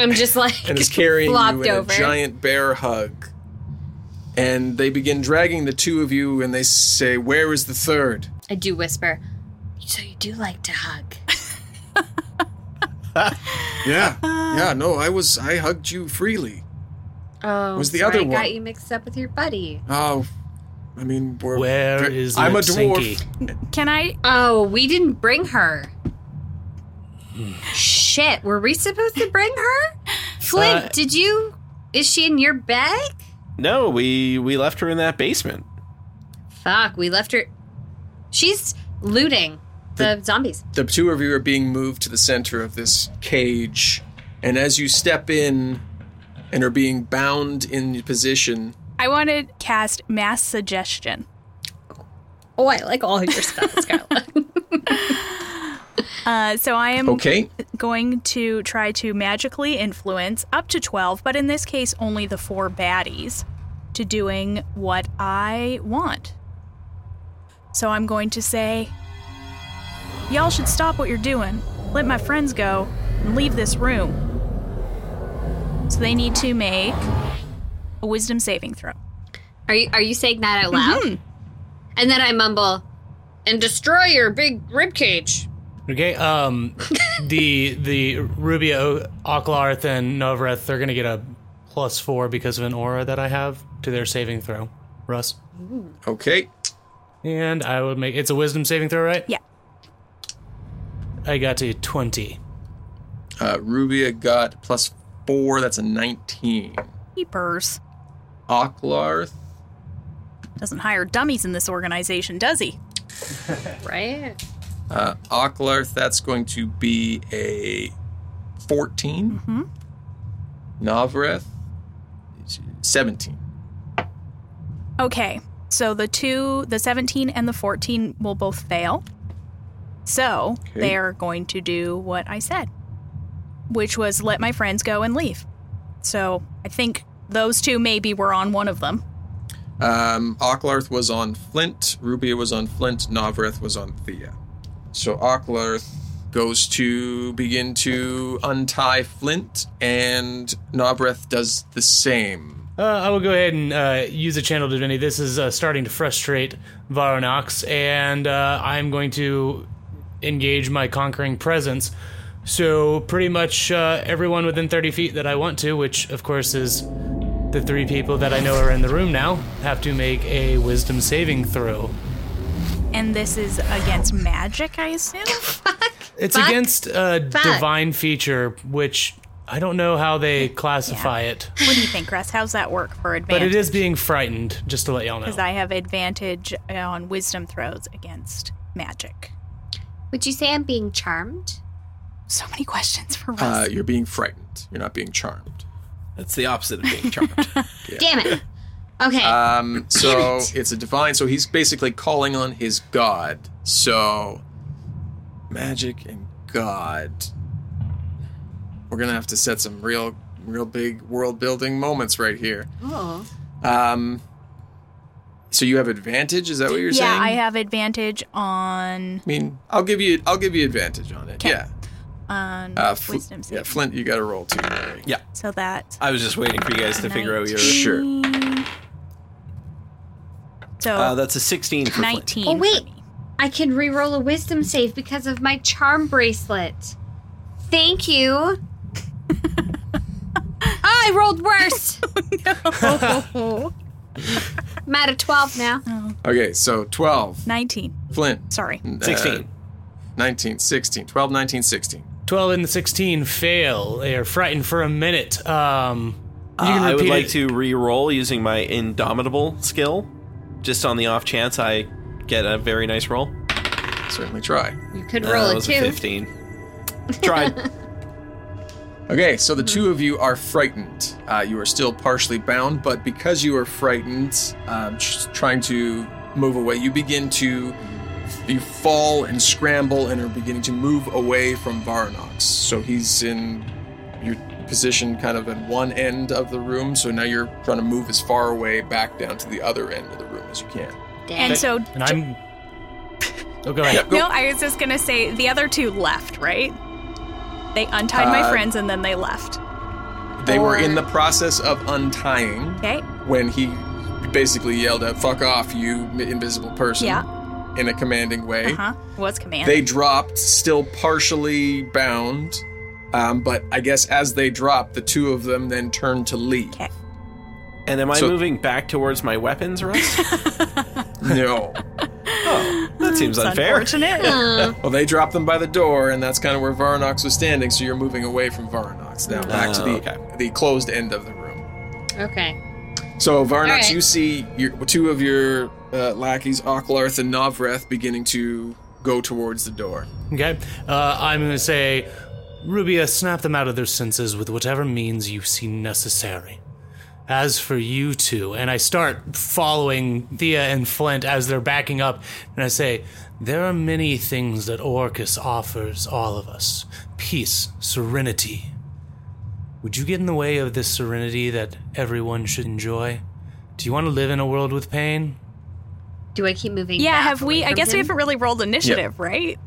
I'm just like and is carrying you flopped in over. a giant bear hug. And they begin dragging the two of you, and they say, Where is the third? I do whisper. So you do like to hug. Yeah. yeah, no, I was, I hugged you freely. Oh, Was the sorry, other I one- got you mixed up with your buddy. Oh, I mean, we're. Where is I'm a Lipsinki? dwarf. Can I? Oh, we didn't bring her. Shit, were we supposed to bring her? Flint, Uh, did you? Is she in your bag? No, we we left her in that basement. Fuck, we left her. She's looting the zombies. the two of you are being moved to the center of this cage, and as you step in and are being bound in position, I want to cast mass suggestion. Oh, I like all your spells, Scarlet. Uh, so I am okay, going to try to magically influence up to 12, but in this case, only the four baddies to doing what I want. So I'm going to say, Y'all should stop what you're doing, let my friends go, and leave this room. So they need to make a wisdom saving throw. are you? Are you saying that out loud? And then I mumble, "And destroy your big rib cage." Okay. Um, the the Rubio, Oklarth, and Novreth, they're gonna get a plus four because of an aura that I have to their saving throw. Russ. Okay. And I will make it's a wisdom saving throw, right? Yeah. I got a 20. Uh, Rubia got plus four. That's a 19. Keepers. Ocklarth. Doesn't hire dummies in this organization, does he? right? Uh, Ocklarth, that's going to be a 14. hmm Novreth, 17. Okay, so the two, the 17 and the 14 will both fail. So Okay. they are going to do what I said, which was let my friends go and leave. So I think those two maybe were on one of them. Um, Ocklarth was on Flint. Rubia was on Flint. Novreth was on Thea. So Ocklarth goes to begin to untie Flint, and Novreth does the same. Uh, I will go ahead and uh, use a channel divinity. This is uh, starting to frustrate Varonox, and uh, I'm going to engage my conquering presence. So pretty much uh, everyone within 30 feet that I want to, which of course is the three people that I know are in the room now, have to make a Wisdom saving throw. And this is against magic, I assume? It's Fuck. against uh, Fuck. divine feature, which I don't know how they classify it, what do you think, Russ? How's that work for advantage? but it is being frightened. Just to let y'all know. Because I have advantage on wisdom throws against magic. Would you say I'm being charmed? So many questions for Uh, you're being frightened. You're not being charmed. That's the opposite of being charmed. Damn it. Okay. Um, so it's a divine. So he's basically calling on his god. So magic and god. We're gonna have to set some real, real big world building moments right here. oh. Um, so you have advantage. Is that what you're yeah, saying? I have advantage on I mean, I'll give you. I'll give you advantage on it. Okay. Yeah. on Uh, Fl- wisdom yeah, save. Flint, you got to roll too. Mary. Yeah. so that I was just waiting for you guys to figure out your. Sure. so Uh, that's a 16 for Flint. nineteen. Oh for wait. me. I can reroll a wisdom save because of my charm bracelet. Thank you. I rolled worse. Oh, I'm at a 12 now. Okay, so 12. nineteen. Flint. Sorry. uh, 16. 19, 16. 12, 19, 16. 12 and the 16 fail. They are frightened for a minute. Um, you can Uh, I would repeat like it. to re-roll using my indomitable skill, just on the off chance I get a very nice roll. Certainly try. You could Uh, roll that a was two. Fifteen. Tried. Okay, so the two of you are frightened. Uh, you are still partially bound, but because you are frightened, um, tr- trying to move away, you begin to you fall and scramble and are beginning to move away from Varanox. So he's in your position, kind of in one end of the room. So now you're trying to move as far away back down to the other end of the room as you can. And so And I'm. Oh, go ahead. no, I was just gonna say the other two left, right? They untied my Uh, friends and then they left. They were in the process of untying Okay. when he basically yelled out, "Fuck off, you m- invisible person!" Yeah. in a commanding way. Uh huh. Was command. eh? They dropped, still partially bound, um, but I guess as they dropped, the two of them then turned to leave. Okay. And am I So- moving back towards my weapons, Russ? Oh, No, That seems It's unfair. Unfortunate. well, they dropped them by the door, and that's kind of where Varanox was standing. So you're moving away from Varanox now, back to the Oh, okay. the closed end of the room. Okay. So Varnox, All right. you see your two of your uh, lackeys, Ocklarth and Novreth, beginning to go towards the door. Okay. Uh, I'm going to say, Rubia, snap them out of their senses with whatever means you see necessary. As for you two, and I start following Thea and Flint as they're backing up, and I say, There are many things that Orcus offers all of us peace, serenity. Would you get in the way of this serenity that everyone should enjoy? Do you want to live in a world with pain? Do I keep moving? yeah, back have we away I from guess we him? haven't really rolled initiative, right?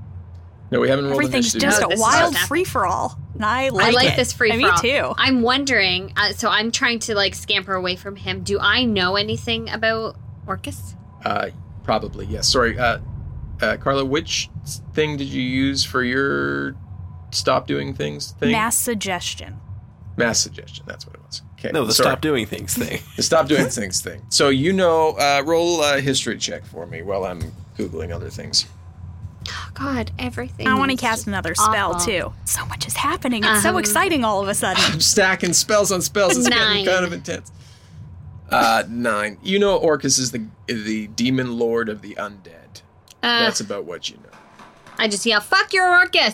No, we haven't rolled Everything's initiative just yet. No, a this is wild what's happening. free for all. I like, I like it. this free And for all. Me too. I'm wondering, uh, so I'm trying to like scamper away from him. Do I know anything about Orcus? Uh, probably, yes. Sorry, uh, uh, Carla, which thing did you use for your stop doing things thing? Mass suggestion. Mass suggestion. That's what it was. Okay. No, the Sorry. stop doing things thing. The stop doing things thing. So you know, uh, roll a history check for me while I'm googling other things. Oh, God, everything. I want to is cast just another spell awful. too. So much is happening. It's so Um, exciting all of a sudden. Stacking spells on spells is Nine. getting kind of intense. Uh, nine. You know, Orcus is the the demon lord of the undead. Uh, That's about what you know. I just yell, "Fuck your Orcus!"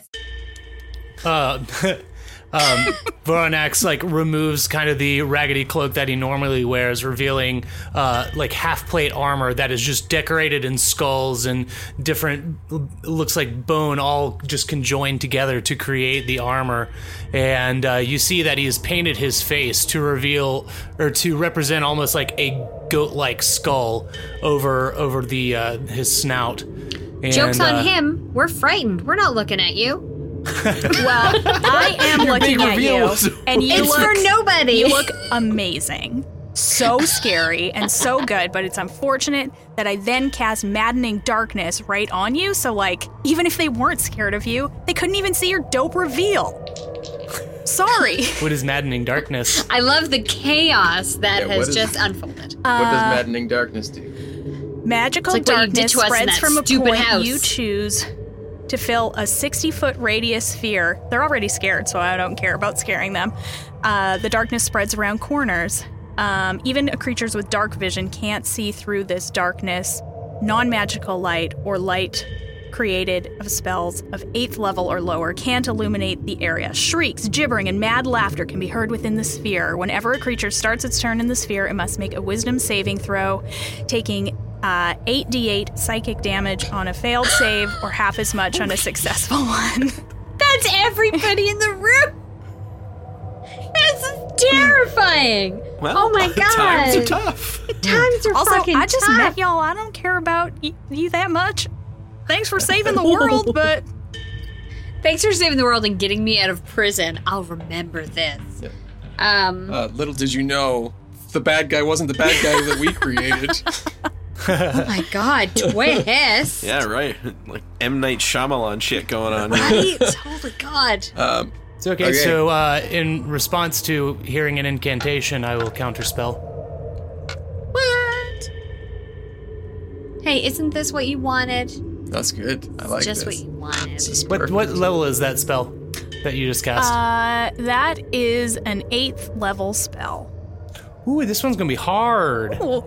Uh, um, Voronax like removes kind of the raggedy cloak that he normally wears, revealing uh, like half plate armor that is just decorated in skulls and different looks like bone, all just conjoined together to create the armor. And uh, you see that he has painted his face to reveal or to represent almost like a goat-like skull over over the uh, his snout. And, Jokes on uh, him. We're frightened. We're not looking at you. well, I am looking at reveal you, was- and you It's look for nobody. you look amazing. So scary and so good, but it's unfortunate that I then cast maddening darkness right on you. So like, even if they weren't scared of you, they couldn't even see your dope reveal. Sorry. What is maddening darkness? I love the chaos that Yeah, what has is- just unfolded. what does maddening darkness do? Magical It's like what you did darkness to us in spreads that from a stupid point house. you choose to fill a 60 foot radius sphere. They're already scared, so I don't care about scaring them. Uh, the darkness spreads around corners. Um, even creatures with dark vision can't see through this darkness. Non magical light or light created of spells of eighth level or lower can't illuminate the area. Shrieks, gibbering, and mad laughter can be heard within the sphere. Whenever a creature starts its turn in the sphere, it must make a wisdom saving throw, taking uh, 8d8 psychic damage on a failed save or half as much on a successful one. That's everybody in the room. This is terrifying. Well, oh my god. times are tough. Times are also, fucking I just tough. met y'all. I don't care about y- you that much. Thanks for saving the world, but Thanks for saving the world and getting me out of prison. I'll remember this. Um, Uh, little did you know, the bad guy wasn't the bad guy that we created. oh my god, twist. Yeah, right. Like M Night Shyamalan shit going on. here. Right? Holy god. Um, It's okay. Okay. So, uh, in response to hearing an incantation, I will counterspell. What? Hey, isn't this what you wanted? That's good. I like Just what this. you wanted. This is What perfect. what level is that spell that you just cast? uh, that is an eighth level spell. Ooh, this one's gonna be hard. Ooh,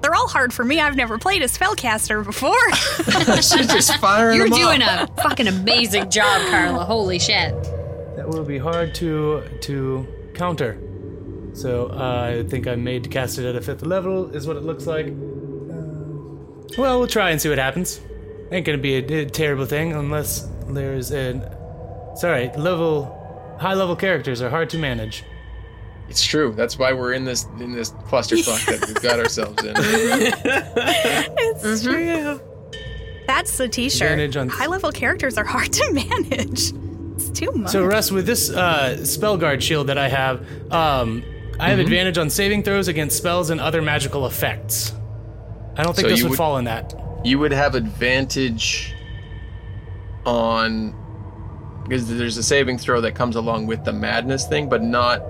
they're all hard for me. I've never played a spellcaster before. She's just firing You're them off. doing a fucking amazing job, Carla. Holy shit. That will be hard to to counter. So uh, I think I'm made to cast it at a fifth level. Is what it looks like. Uh, well, we'll try and see what happens. Ain't gonna be a, a terrible thing unless there's an. Sorry, level high level characters are hard to manage. It's true. That's why we're in this in this clusterfuck that we've got ourselves in. It's true. That's the t-shirt. Advantage on- High-level characters are hard to manage. It's too much. So Russ, with this uh, spell guard shield that I have, um, I Mm-hmm. have advantage on saving throws against spells and other magical effects. I don't think So this you would, would- fall in that. You would have advantage on because there's a saving throw that comes along with the madness thing, but not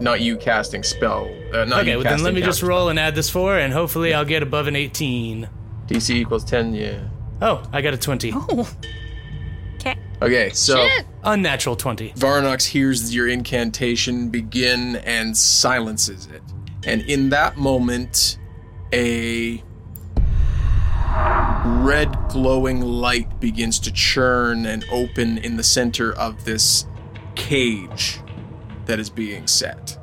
not you casting spell. Uh, not Okay, you well then let casting me just counter. roll and add this four, and hopefully I'll get above an eighteen. DC equals ten. Yeah. Oh, I got a twenty, okay. Okay, so unnatural twenty. Varnox hears your incantation begin and silences it, and in that moment, a red glowing light begins to churn and open in the center of this cage that is being set.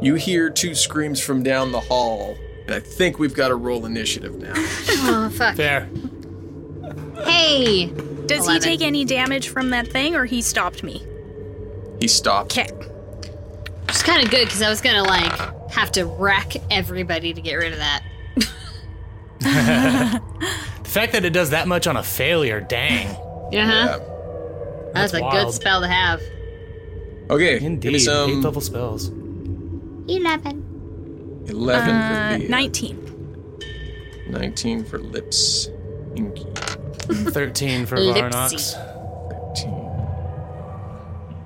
You hear two screams from down the hall, and I think we've got to roll initiative now. Oh, fuck. Fair. Hey. Does Eleven. he take any damage from that thing, or he stopped me? He stopped. Okay. It's kind of good because I was going to, like, have to wreck everybody to get rid of that. The fact that it does that much on a failure, dang. Uh-huh. Yeah. uh. That's, That's a wild. good spell to have. Okay, give me Indeed, eighth some level spells. 11. 11 Uh, for the, uh, 19. 19 for lips. Inky. Thirteen for Lipsy. Varnox.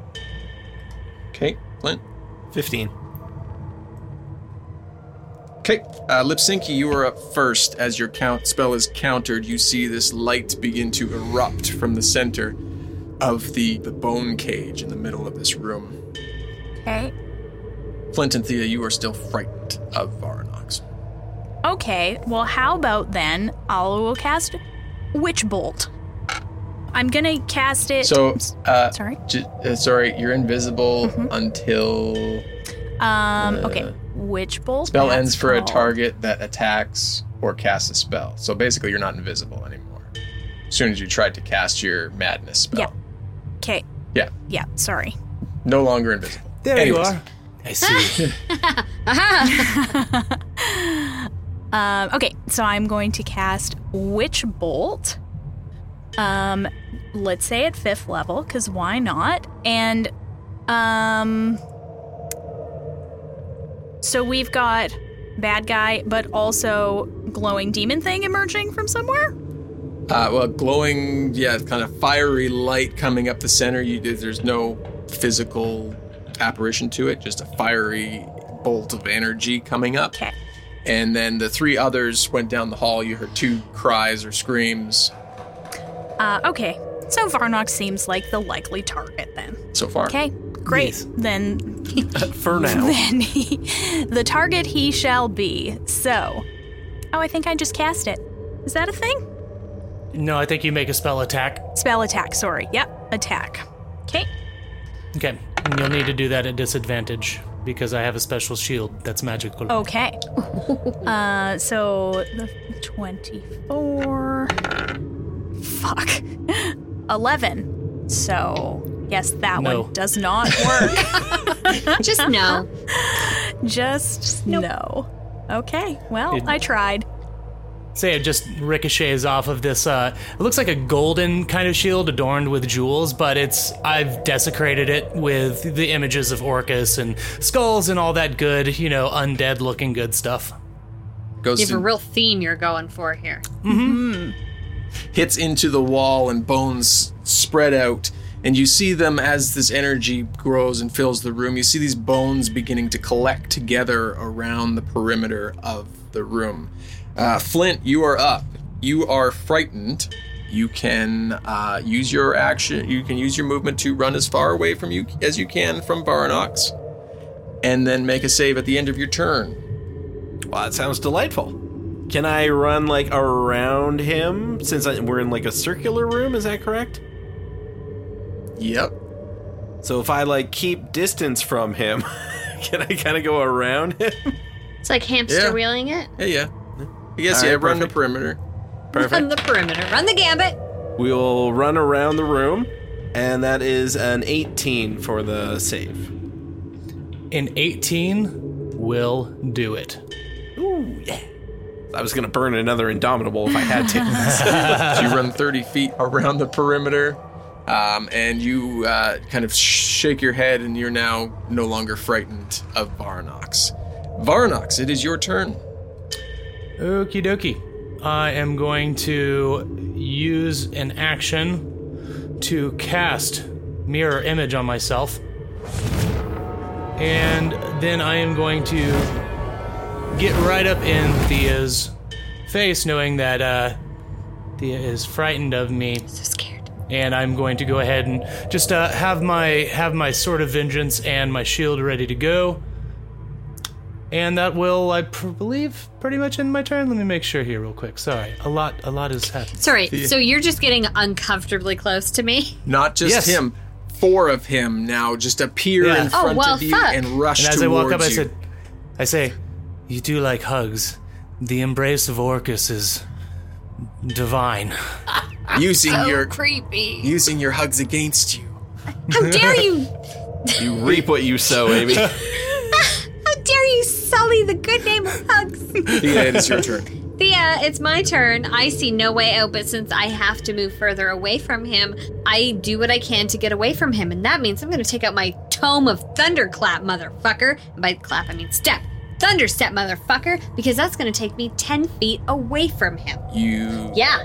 13. Okay. Clint? 15. Okay. Uh, Lipsinki, you are up first. As your count spell is countered, you see this light begin to erupt from the center of the, the bone cage in the middle of this room. Okay. Flint and Thea, you are still frightened of Varanox. Okay, well, how about then I will cast Witch Bolt. I'm gonna cast it. So, uh, Sorry. Mm-hmm. j- uh, sorry, you're invisible until um, okay, Witch Bolt. uh, spell that's ends for a called- target that attacks or casts a spell. So basically, you're not invisible anymore. As soon as you tried to cast your madness spell, Yeah. Okay. Yeah. Yeah. Sorry. no longer invisible. There you Anyways, are. I see. Um, okay, so I'm going to cast Witch Bolt. Um, let's say at fifth level, because why not? And um, so we've got bad guy, but also glowing demon thing emerging from somewhere. Uh, well, glowing, yeah, kind of fiery light coming up the center. You, there's no physical apparition to it, just a fiery bolt of energy coming up. Okay. And then the three others went down the hall. You heard two cries or screams Uh, okay, so Varnox seems like the likely target then. so far. Okay, great. Then For now. then he, the target he shall be. So, oh, I think I just cast it. Is that a thing? No, I think you make a spell attack. Spell attack. Sorry. Yep, attack. Okay. Okay. And you'll need to do that at disadvantage because I have a special shield that's magical. Okay. uh, so the twenty-four. Fuck. Eleven. So yes, that No. one does not work. Just no. just no. Okay. Well, Didn't- I tried. Say it just ricochets off of this. Uh, it looks like a golden kind of shield adorned with jewels, but it's I've desecrated it with the images of Orcus and skulls and all that good, you know, undead looking good stuff. Goes You have a to- real theme you're going for here. hits into the wall and bones spread out. And you see them as this energy grows and fills the room. You see these bones beginning to collect together around the perimeter of the room. Uh, Flint, you are up. You are frightened. You can uh, use your action. You can use your movement to run as far away from you as you can from Varanox, and then make a save at the end of your turn. Wow, that sounds delightful. Can I run like around him since I, we're in like a circular room? Is that correct? Yep. So if I like keep distance from him, can I kind of go around him? It's like hamster Yeah. wheeling it. Yeah, yeah. I guess All yeah. right, Run the perfect. perimeter. Run the perimeter. Run the gambit. We will run around the room, and that is an 18 for the save. An 18 will do it. I was gonna burn another Indomitable if I had to. So you run 30 feet around the perimeter, um, and you uh, kind of shake your head, and you're now no longer frightened of Varnox. Varnox, it is your turn. Okie dokie. I am going to use an action to cast mirror image on myself. And then I am going to get right up in Thea's face, knowing that uh, Thea is frightened of me So scared. and I'm going to go ahead and just uh, have my have my sword of vengeance and my shield ready to go. And that will, I pr- believe, pretty much end my turn. Let me make sure here, real quick. Sorry, a lot, a lot has happened. Sorry. So you're just getting uncomfortably close to me. Not just Yes. him, four of him now just appear Yeah. in Oh, front well, of you fuck. and rush And as I towards walk up, you. I said, "I say, you do like hugs. The embrace of Orcus is divine." using Oh, your creepy. using your hugs against you. How dare you? you reap what you sow, Amy. How dare you sully the good name of hugs? Thea, it is your turn. Thea, it's my turn. I see no way out, but since I have to move further away from him, I do what I can to get away from him, and that means I'm going to take out my tome of thunderclap, motherfucker. And by clap, I mean step. Thunderstep, motherfucker, because that's going to take me 10 feet away from him. You Yeah.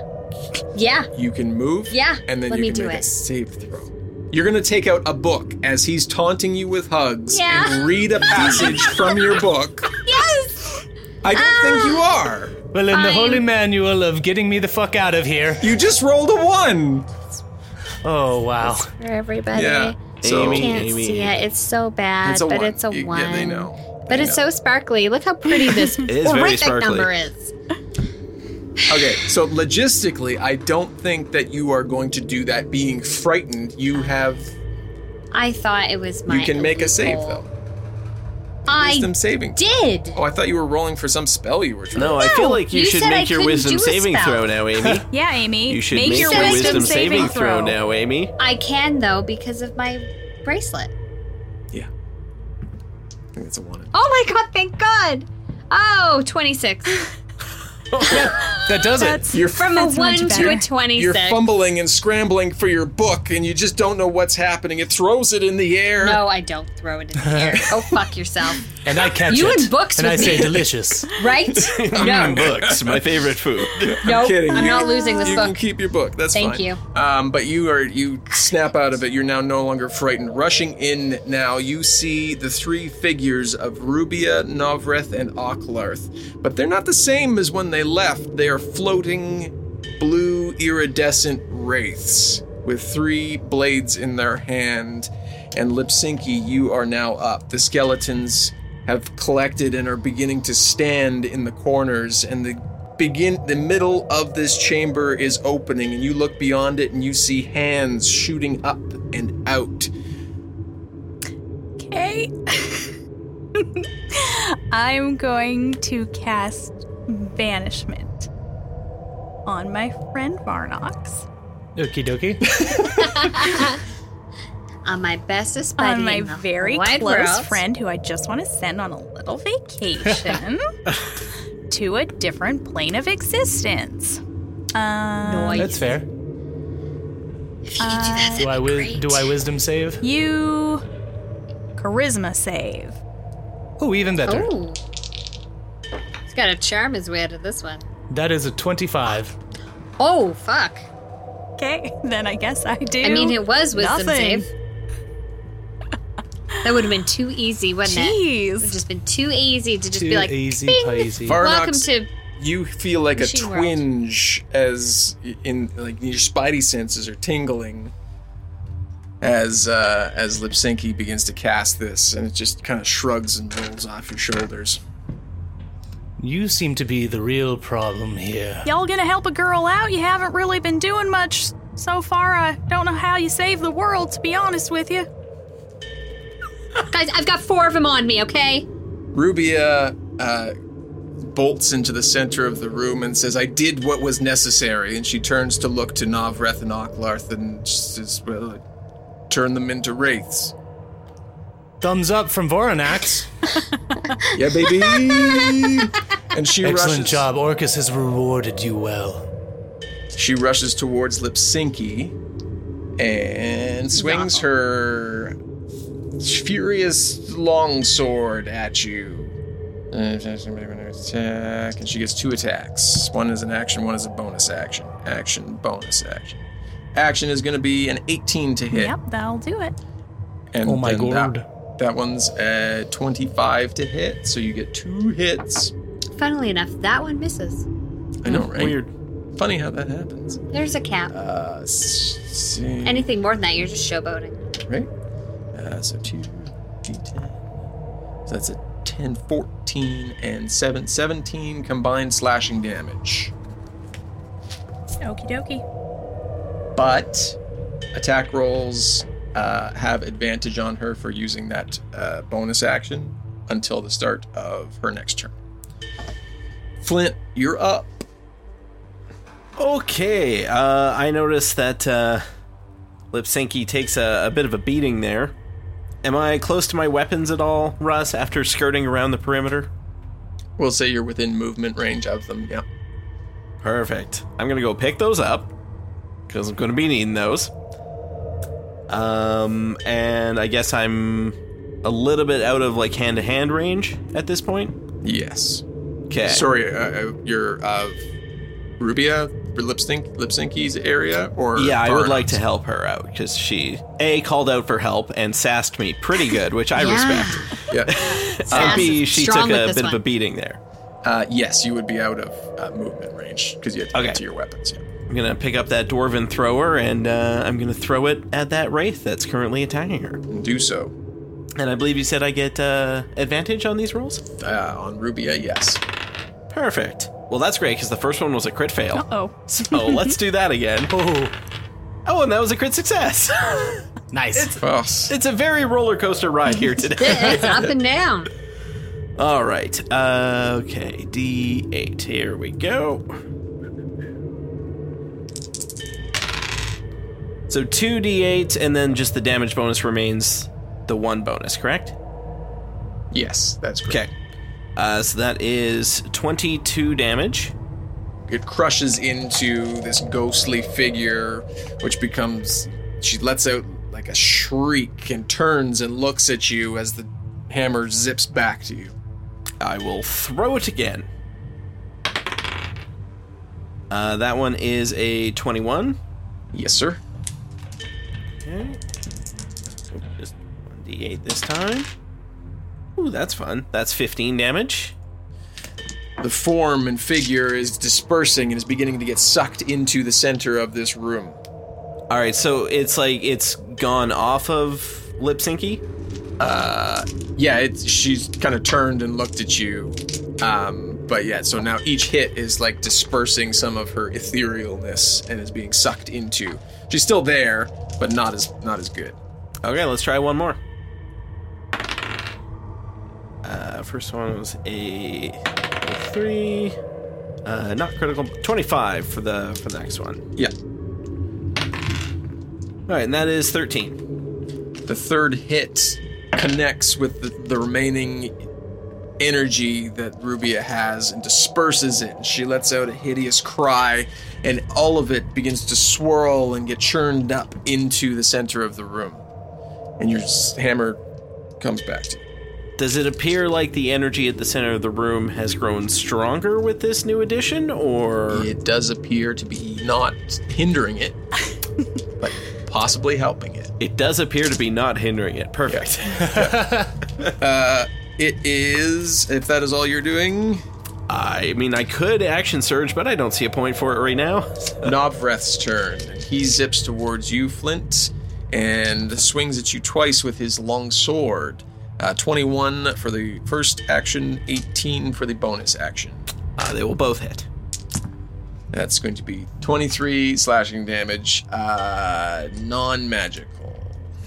Yeah. you can move, Yeah, and then let you me can do make a it. save throw. You're going to take out a book as he's taunting you with hugs Yeah. and read a passage from your book. Yes! I don't think Um. you are. Well, in the I'm- holy manual of getting me the fuck out of here. You just rolled a one. Oh, wow. For everybody. Yeah. So- I Amy, can't see it. It's so bad, It's a but one. it's a You- one. yeah, they know. But They it's know. so sparkly. Look how pretty this is very horrific sparkly. number is. Okay, so logistically, I don't think that you are going to do that being frightened. You have I thought it was my. you can make a save illegal- though. I Wisdom saving. did. Oh, I thought you were rolling for some spell you were trying. No, I feel like you, you should said I make your couldn't wisdom do a saving spell. throw now, Amy. Yeah, Amy. You should make, make, your your wisdom, saving, throw now, Amy. I can though because of my bracelet. Yeah. I think it's a one. Oh my god! Thank God. Oh, 26. That does it. That's You're From a That's much 1 to better. a 26. You're fumbling and scrambling for your book, and you just don't know what's happening. It throws it in the air. No, I don't throw it in the air. Oh, fuck yourself. And I catch You it. and books And with I say me. delicious. Right? No. Books, my favorite food. Nope. kidding. I'm You- not losing this you can book. keep your book. That's Thank fine. you. Um, but you are you snap out of it. You're now no longer frightened. Rushing in now, you see the three figures of Rubia, Novreth, and Ocklarth. But they're not the same as when they left. They are floating blue iridescent wraiths with three blades in their hand. And Lipsinki, you are now up. The skeletons have collected and are beginning to stand in the corners and the begin the middle of this chamber is opening and you look beyond it and you see hands shooting up and out Okay. I'm going to cast Banishment on my friend Varnox. Okie dokie. On my bestest buddy. On my in the very wide close world. friend who I just want to send on a little vacation to a different plane of existence. Um, Noise. That's fair. If you could do that, Do I, wi- do I wisdom save? You charisma save. Oh, even better. Ooh. He's got a charm his way out of this one. That is a 25. Oh, fuck. Okay, then I guess I do. I mean, it was wisdom nothing. save. That would have been too easy, wouldn't it? It would Jeez. have just been too easy to just Too be like, easy "Bing." peasy. Varnox- Welcome to. you feel like a Machine world. twinge as in like your spidey senses are tingling as uh as lipsinki begins to cast this and it just kind of shrugs and rolls off your shoulders You seem to be the real problem here. Y'all gonna help a girl out? You haven't really been doing much so far. I don't know how you save the world, to be honest with you. Guys, I've got four of them on me, okay? Rubia uh, bolts into the center of the room and says, I did what was necessary. And she turns to look to Novreth and Ocklarth and says, Well, turn them into wraiths. Thumbs up from Voronax. Yeah, baby! and she Excellent rushes, job. Orcus has rewarded you well. she rushes towards Lipsinki and swings her furious longsword at you. Attack, and she gets two attacks. One is an action, one is a bonus action. Action, bonus action. Action is going to be an 18 to hit. Yep, that'll do it. And Oh my then God. That, that one's a 25 to hit, so you get two hits. Funnily enough, that one misses. I know, right? Weird. Funny how that happens. There's a cap. Uh, s- see, Anything more than that, you're just showboating. right? Uh, so two, d10. So that's a 10, 14, and 7, 17 combined slashing damage. Okie dokie. But attack rolls uh, have advantage on her for using that uh, bonus action until the start of her next turn. Flint, you're up. Okay, uh, I noticed that uh, Lipsinki takes a, a bit of a beating there. Am I close to my weapons at all, Russ, after skirting around the perimeter? We'll say you're within movement range of them. Yeah. Perfect. I'm gonna go pick those up because I'm gonna be needing those. Um, and I guess I'm a little bit out of like hand to hand range at this point. Yes. Okay. Sorry, uh, uh, your uh, Rubia for lip sync lip syncy's area or yeah, I far would like enough? to help her out because she a called out for help and sassed me pretty good, which I Yeah. respect. Yeah. Uh, B, she took a bit of a beating there. Uh, yes, you would be out of uh, movement range because you had to get to your weapons. Yeah. I'm gonna pick up that dwarven thrower and uh, I'm gonna throw it at that wraith that's currently attacking her. Do so. And I believe you said I get uh, advantage on these rolls. Uh, on Rubia, yes. Perfect. Well, that's great because the first one was a crit fail. oh. So let's do that again. Oh, oh, and that was a crit success. nice. It's, Well, it's a very roller coaster ride here today. it's up and down. All right. Uh, okay. D8. Here we go. So 2d8, and then just the damage bonus remains the one bonus, correct? Yes, that's correct. Okay. Uh, so that is 22 damage. It crushes into this ghostly figure, which becomes. She lets out like a shriek and turns and looks at you as the hammer zips back to you. I will throw it again. Uh, that one is a 21. Yes, sir. Okay. So Just 1d8 this time. Ooh, that's fun. That's 15 damage. The form and figure is dispersing and is beginning to get sucked into the center of this room. All right, so it's like it's gone off of Lip Syncy. Uh, yeah, it's, she's kind of turned and looked at you. Um, but yeah, so now each hit is like dispersing some of her etherealness and is being sucked into. She's still there, but not as not as good. Okay, let's try one more. Uh, first one was a three, uh, not critical. Twenty-five for the for the next one. Yeah. All right, and that is thirteen. The third hit connects with the, the remaining energy that Rubia has and disperses it. She lets out a hideous cry, and all of it begins to swirl and get churned up into the center of the room. And your s- hammer comes back to you. Does it appear like the energy at the center of the room has grown stronger with this new addition, or it does appear to be not hindering it, but possibly helping it? It does appear to be not hindering it. Perfect. Uh, it is. If that is all you're doing, I mean, I could action surge, but I don't see a point for it right now. Novreth's turn. He zips towards you, Flint, and swings at you twice with his long sword. Uh, 21 for the first action, 18 for the bonus action. Uh, they will both hit. That's going to be 23 slashing damage, uh, non magical.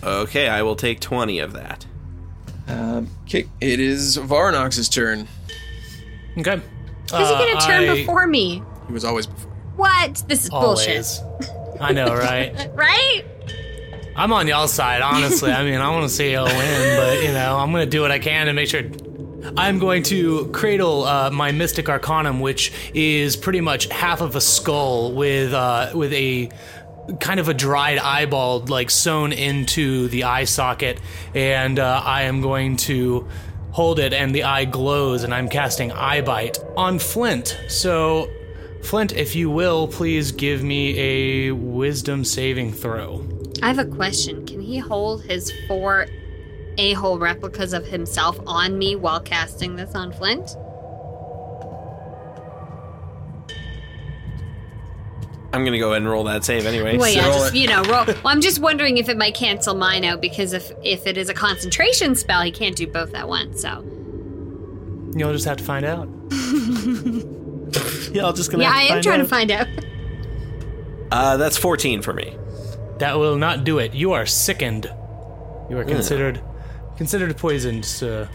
Okay, I will take 20 of that. Um, okay, it is Varnox's turn. Okay. Because you Uh, get a turn before me. He was always before. What? This is Always. I know, right? bullshit. Right? I'm on y'all's side, honestly. I mean, I want to see y'all win, but you know, I'm gonna do what I can to make sure. I'm going to cradle uh, my Mystic Arcanum, which is pretty much half of a skull with uh, with a kind of a dried eyeball like sewn into the eye socket, and uh, I am going to hold it, and the eye glows, and I'm casting Eye Bite on Flint. So, Flint, if you will, please give me a Wisdom saving throw. I have a question. Can he hold his four a hole replicas of himself on me while casting this on Flint? I'm going to go ahead and roll that save anyway. Well, yeah, So- just you know, roll. Well, I'm just wondering if it might cancel mine out because if if it is a concentration spell, he can't do both at once. So You'll just have to find out. Y'all just yeah, I am trying to find out. Uh, that's 14 for me. That will not do it. You are sickened. You are Ugh. considered considered poisoned, sir.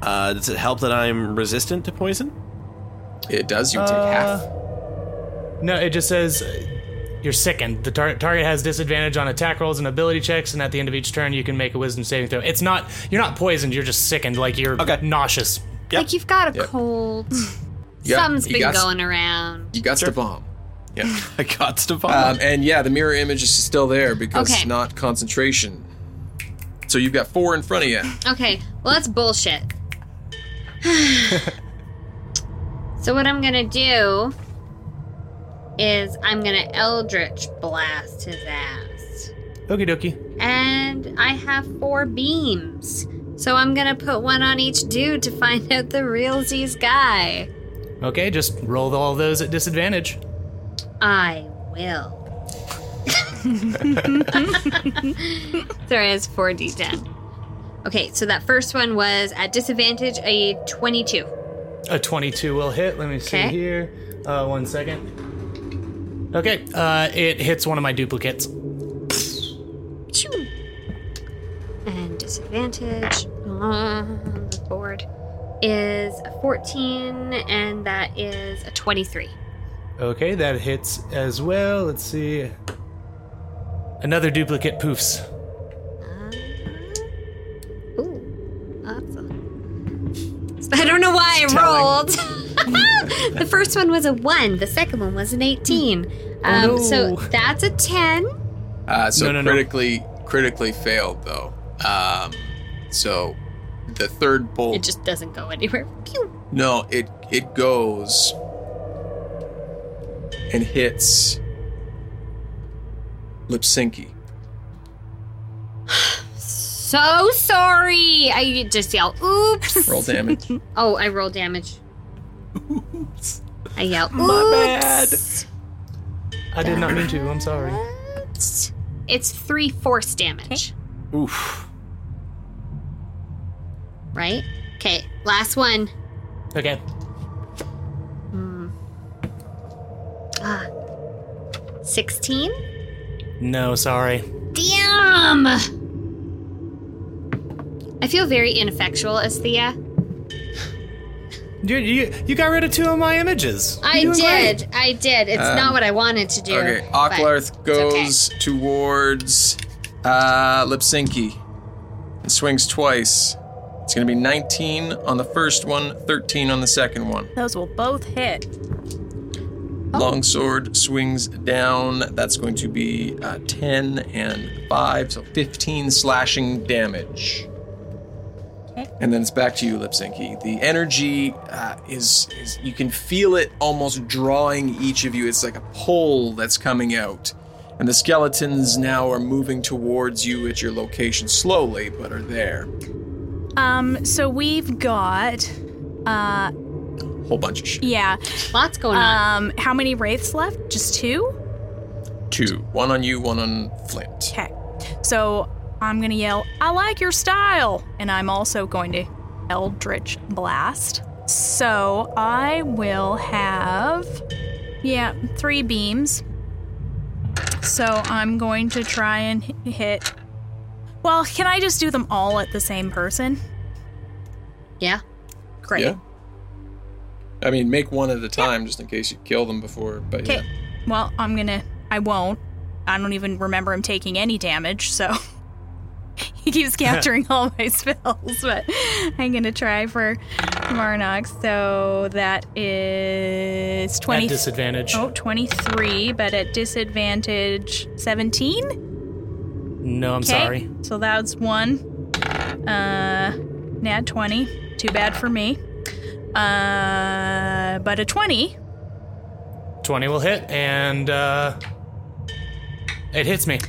Uh, does it help that I'm resistant to poison? It does. you take Uh, half. No, it just says uh, you're sickened. The tar- target has disadvantage on attack rolls and ability checks, and at the end of each turn, you can make a wisdom saving throw. It's not you're not poisoned. You're just sickened, like you're nauseous. Like you've got a Yep. cold. Yep, Hmm, Something's you been got- going around. You got the bomb. Yeah. I got the bomb. Um, and yeah, the mirror image is still there because Okay. not concentration. So you've got four in front of you. Okay, well, that's bullshit. so, what I'm gonna do is I'm gonna Eldritch blast his ass. Okie dokie. And I have four beams. So I'm gonna put one on each dude to find out the real Z's guy. Okay, just roll all those at disadvantage. I will. Sorry, it's 4d10. Okay, so that first one was at disadvantage, a 22. A 22 will hit. Let me see Okay. here. Uh, one second. Okay, uh, it hits one of my duplicates. Choo. And disadvantage on the board is a 14, and that is a 23. Okay, that hits as well. Let's see. Another duplicate poofs. Uh-huh. Awesome. I don't know why I rolled. the first one was a 1, the second one was an 18. Um, Oh, So no. that's a 10. Uh, so No, no, no. critically, critically failed though. Um, so the third Oh. bolt. It just doesn't go anywhere. Pew. no, it it goes and hits Lipsinki. So sorry. I just yell, oops. Roll damage. Oh, I roll damage. Oops. I yell, oops. I did not mean to. I'm sorry. It's three force damage. Um, Oof. Right? Okay, last one. Okay. Ah. 16? No, sorry. Damn! I feel very ineffectual as Thea. You, you, you got rid of two of my images. I You're doing did. great. I did. It's not what I wanted to do. Um, Okay, but Ocklarth it's okay. goes towards uh, Lipsinki. It swings twice. It's going to be 19 on the first one, 13 on the second one. Those will both hit. Longsword swings down. That's going to be uh, 10 and 5, so 15 slashing damage. And then it's back to you, Lipsinki. The energy uh, is, is, you can feel it almost drawing each of you. It's like a pull that's coming out. And the skeletons now are moving towards you at your location slowly, but are there. Um, so we've got, uh, Whole bunch of shit. yeah. Lots going on. Um, how many wraiths left? Just two. Two. One on you, one on Flint. Okay. So I'm gonna yell, "I like your style," and I'm also going to Eldritch Blast. So I will have, yeah, three beams. So I'm going to try and h- hit. Well, can I just do them all at the same person? yeah. Great. Yeah. I mean, make one at a time just in case you kill them before. But Okay. yeah. Well, I'm gonna. I won't. I don't even remember him taking any damage, so he keeps capturing all my spells. But I'm gonna try for Marnox. So that is At 20. disadvantage. Oh, 23, but at disadvantage 17. No, I'm sorry. So that was one. Uh, nat 20. Too bad for me. Uh, but a 20. 20 will hit, and uh, it hits me.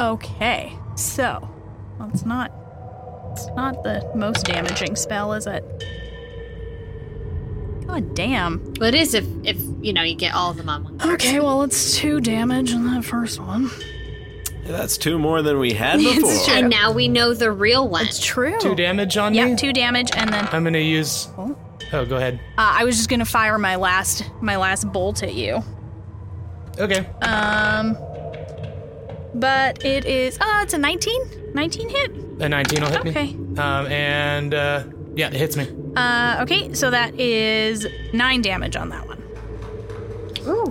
Okay, so well, it's not it's not the most damaging spell, is it? God damn. Well, it is if, if, you know, you get all of them on one card. Okay, well it's two damage on that first one. That's two more than we had before. It's true. And now we know the real one. It's true. Two damage on Oh. Yeah, me? two damage, and then uh, I'm going to use. Oh, go ahead. I was just gonna fire my last my last bolt at you. Okay. Um, but it is ah, it's a 19, 19 hit. A 19 will hit Okay. me. Um, and uh, yeah, it hits me. Uh, okay, so that is nine damage on that one.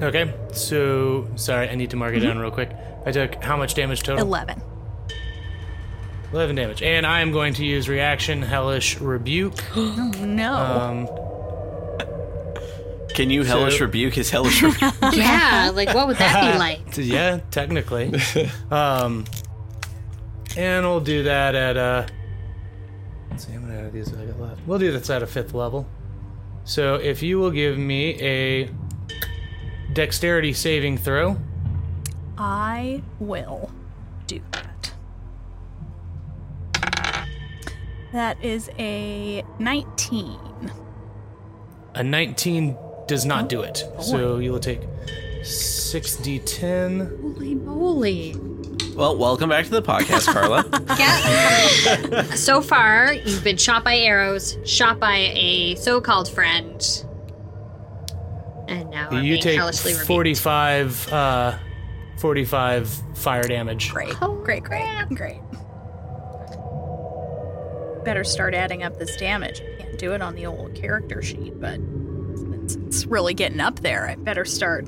Okay. So, sorry, I need to mark it down real quick. I took how much damage total? Eleven. 11 damage. And I am going to use reaction Hellish Rebuke. No. Um, Can you hellish So- rebuke his hellish rebuke? yeah, like, what would that be like? t- yeah, technically. um, and we'll do that at uh. Let's see how many of these I got left. We'll do this at a fifth level. So if you will give me a dexterity saving throw. I will do that. That is a 19. A 19 does not do it. So you'll take 6d10. Holy moly. Well, welcome back to the podcast, Carla. So far, you've been shot by arrows, shot by a so called friend, and now I'm you being take hellishly rebuked. 45, uh, 45 fire damage. Great. great, great, great. Better start adding up this damage. I can't do it on the old character sheet, but it's, it's really getting up there. I better start.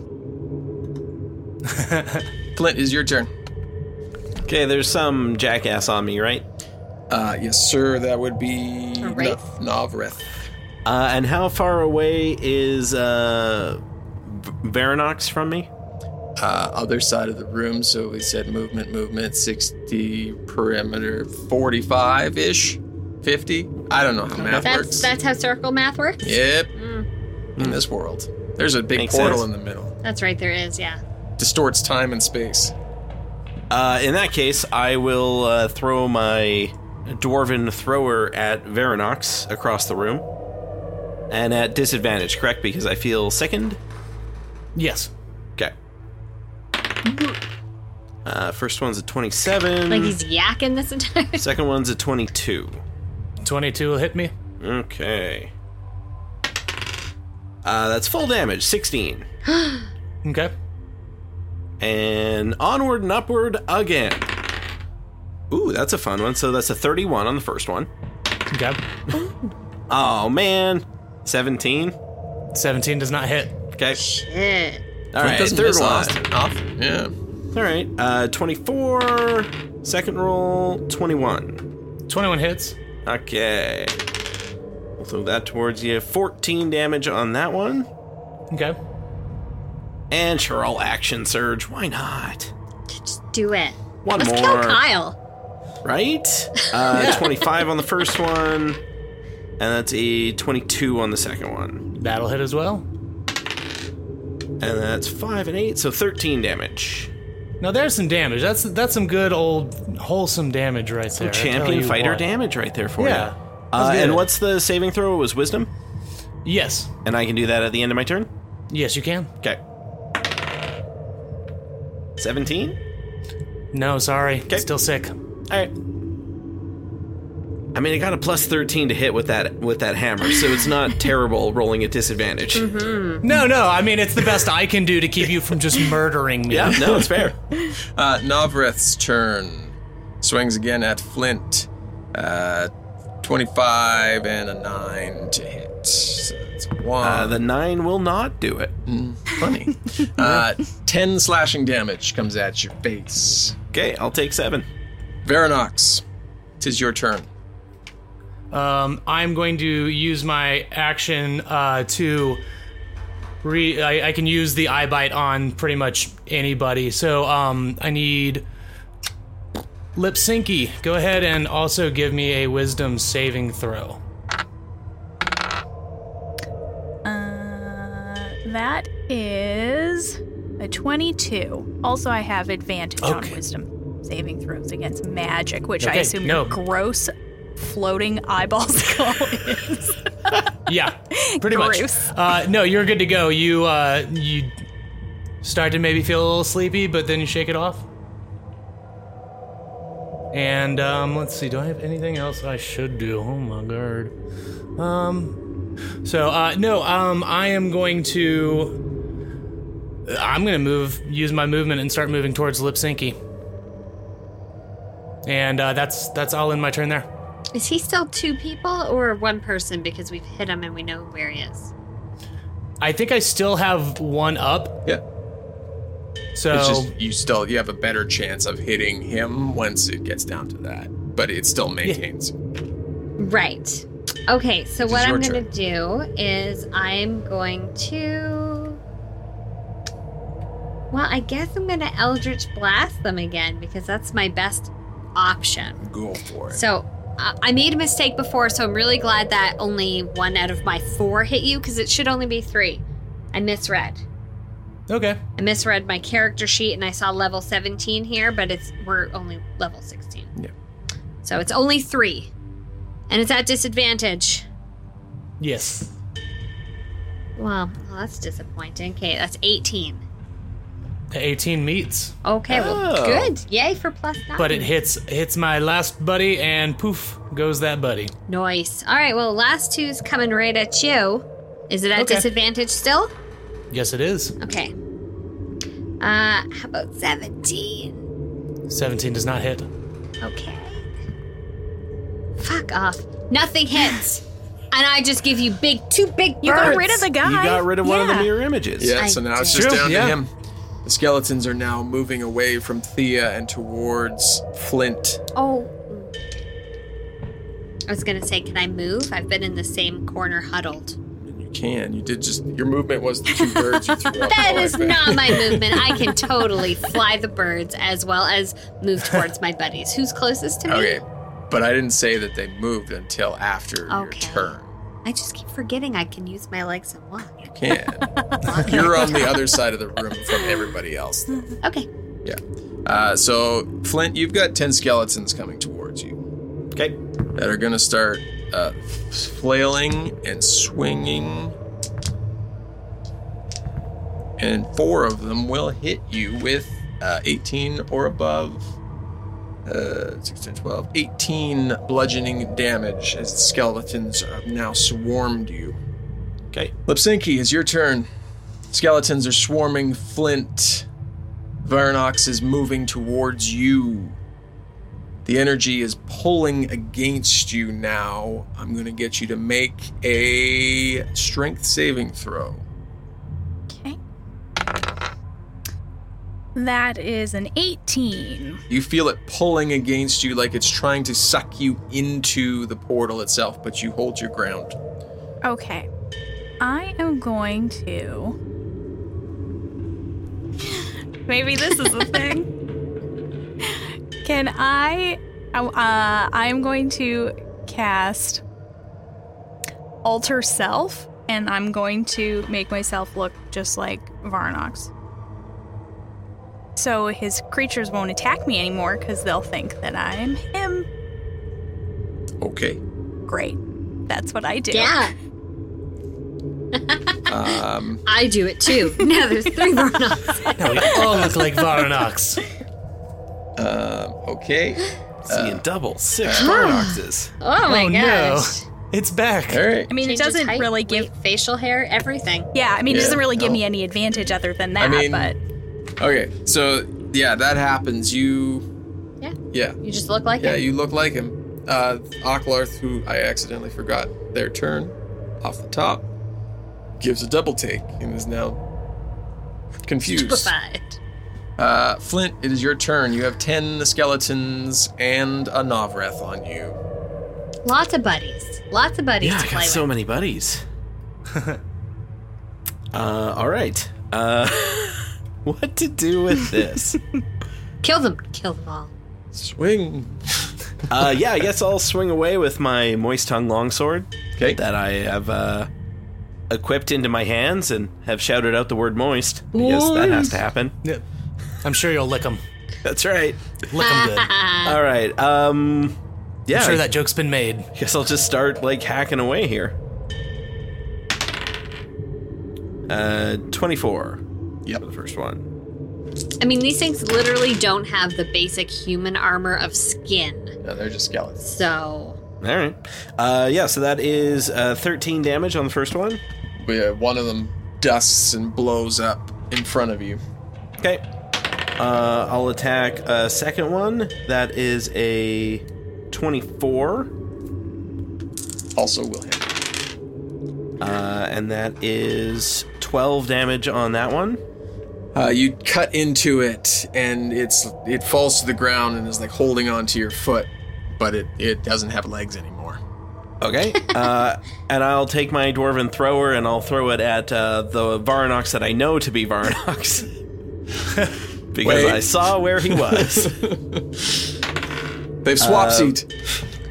Flint, is your turn. okay, there's some jackass on me, right? Uh, yes, sir. That would be A wraith? Nav- Navrith. Uh, and how far away is uh, V- Varanox from me? Uh, other side of the room. So we said movement, movement, 60 perimeter, 45 ish, 50. I don't know how math That's works. that's Mm. how circle math works. Yep. In this world, there's a big Makes portal sense. in the middle. That's right. There is yeah. Distorts time and space. Uh, in that case, I will uh, throw my dwarven thrower at Varanox across the room. And at disadvantage, correct? Because I feel sickened? Yes. Okay. Uh, first one's a 27. Like he's yakking this entire. Second one's a 22. 22 will hit me. Okay. Uh, that's full damage, 16. Okay. And onward and upward again. Ooh, that's a fun one. So that's a 31 on the first one. Okay. Oh, man. 17. 17 does not hit. Okay. Shit. All right, doesn't third miss one. last enough. Yeah. All right, uh, 24. Second roll, 21. 21 hits. Okay. We'll throw that towards you. 14 damage on that one. Okay. And sure, I'll action surge. Why not? Just do it. One Let's more. kill Kyle. Right? Uh, 25 on the first one. And that's a 22 on the second one. That'll hit as well. And that's 5 and 8, so 13 damage. Now there's some damage. That's that's some good old wholesome damage right there. I tell Champion you fighter what. damage right there for you. Yeah. Let's Uh, do and it. what's the saving throw? It was wisdom. Yes. And I can do that at the end of my turn? Yes, you can. Okay. 17? No, sorry. Okay. Still sick. Alright. I mean, I got a plus 13 to hit with that with that hammer, so it's not terrible rolling at disadvantage. Mm-hmm. No, no. I mean, it's the best I can do to keep you from just murdering me. Yeah, no, it's fair. Uh, Navrith's turn. Swings again at Flint. Uh, 25 and a 9 to hit. So that's one. Uh, the 9 will not do it. Funny. uh, 10 slashing damage comes at your face. Okay, I'll take 7. Varanox, tis your turn. Um, I'm going to use my action uh, to. Re- I, I can use the eye bite on pretty much anybody. So um, I need Lipsinky. Go ahead and also give me a Wisdom saving throw. Uh, that is a 22. Also, I have advantage on Okay. wisdom saving throws against magic, which I Okay, assume no. your gross floating eyeball skull is. Yeah, pretty much. Gross. Uh, no, you're good to go. You uh, you start to maybe feel a little sleepy, but then you shake it off. And um, let's see, do I have anything else I should do? Oh my god. Um, so uh, no, um, I am going to. I'm gonna move, use my movement, and start moving towards Lipsinky. And uh, that's that's all in my turn there. Is he still two people or one person? Because we've hit him and we know where he is. I think I still have one up, Yeah. so It's just you still you have a better chance of hitting him once it gets down to that, but it still maintains. Right. Okay. So It is what your I'm going to do is I'm going to. Well, I guess I'm going to Eldritch Blast them again because that's my best option. Go for it. So I I made a mistake before, so I'm really glad that only one out of my four hit you because it should only be three. I misread. Okay. I misread my character sheet and I saw level 17 here, but it's we're only level 16. Yeah. So it's only 3. And it's at disadvantage. Yes. Well, well, that's disappointing. Okay, that's 18. The 18 meets. Okay, well, Oh. good. Yay for plus 9. But it hits hits my last buddy and poof goes that buddy. Nice. All right, well, last two's coming right at you. Is it at Okay. disadvantage still? Yes it is. Okay. Uh, how about 17? 17 does not hit. Okay. Fuck off. Nothing hits. and I just give you big, two big You got birds. rid of the guy. You got rid of one of the Yeah. mirror images. Yeah, so now it's did. just True, down yeah. to him. The skeletons are now moving away from Thea and towards Flint. Oh. I was gonna say, can I move? I've been in the same corner huddled. You can. You did just your movement was the two birds you threw up. That is not my movement. I can totally fly the birds as well as move towards my buddies. Who's closest to me? Okay. But I didn't say that they moved until after your Okay. turn. I just keep forgetting I can use my legs and walk. You can. You're on the other side of the room from everybody else. though. Okay. Yeah. Uh, so Flint, you've got ten skeletons coming towards you. Okay. that are gonna start uh, flailing and swinging, and four of them will hit you with uh, 18 or above. Uh, 16, 12, 18 bludgeoning damage as the skeletons have now swarmed you. Okay. Lipsinki, it's your turn. Skeletons are swarming Flint. Varnox is moving towards you. The energy is pulling against you now. I'm going to get you to make a strength saving throw. Okay. That is an 18. You feel it pulling against you like it's trying to suck you into the portal itself, but you hold your ground. Okay. I am going to. Maybe this is the thing. Can I? oh, Uh, I am going to cast Alter Self, and I'm going to make myself look just like Varnox. So his creatures won't attack me anymore because they'll think that I'm him. Okay. Great. That's what I do. Yeah, Um, I do it too. Now there's three more knocks. Now we all look like Varnox. um, okay. Uh, Seeing double six Varnoxes. Oh my oh gosh. no. It's back. All right. I mean, Changes it doesn't height, really give weight, facial hair, everything. Yeah, I mean, Yeah, it doesn't really give no. me any advantage other than that, I mean- but Okay. So, yeah, that happens. You. Yeah. Yeah. You just look like Yeah, him. you look like him. Uh, Ocklarth, who I accidentally forgot their turn off the top, gives a double take and is now confused. Stupefied. Uh, Flint, it is your turn. You have 10 skeletons and a Novreth on you. Lots of buddies. Lots of buddies Yeah, to I play got with. so many buddies. uh, all right. Uh, what to do with this? Kill them. Kill them all. Swing. uh, yeah, I guess I'll swing away with my moist tongue longsword Okay. that I have uh, equipped into my hands and have shouted out the word moist. Yes, that has to happen. Yeah. I'm sure you'll lick them. That's right. Lick them good. Uh. All right. Um, yeah, I'm sure that joke's been made. I guess I'll just start like hacking away here. Uh, twenty-four. Yep. for the first one. I mean, these things literally don't have the basic human armor of skin. No, they're just skeletons. So, All right. Uh, yeah, so that is uh, thirteen damage on the first one. Yeah, one of them dusts and blows up in front of you. Okay. Uh, I'll attack a second one. That is a 24. Also will hit. Uh, and that is 12 damage on that one. Uh, you cut into it, and it's it falls to the ground and is like holding onto your foot, but it it doesn't have legs anymore. Okay. uh, and I'll take my Dwarven Thrower and I'll throw it at uh, the Varanox that I know to be Varanox. because Wait. I saw where he was. They've Um, swap seat.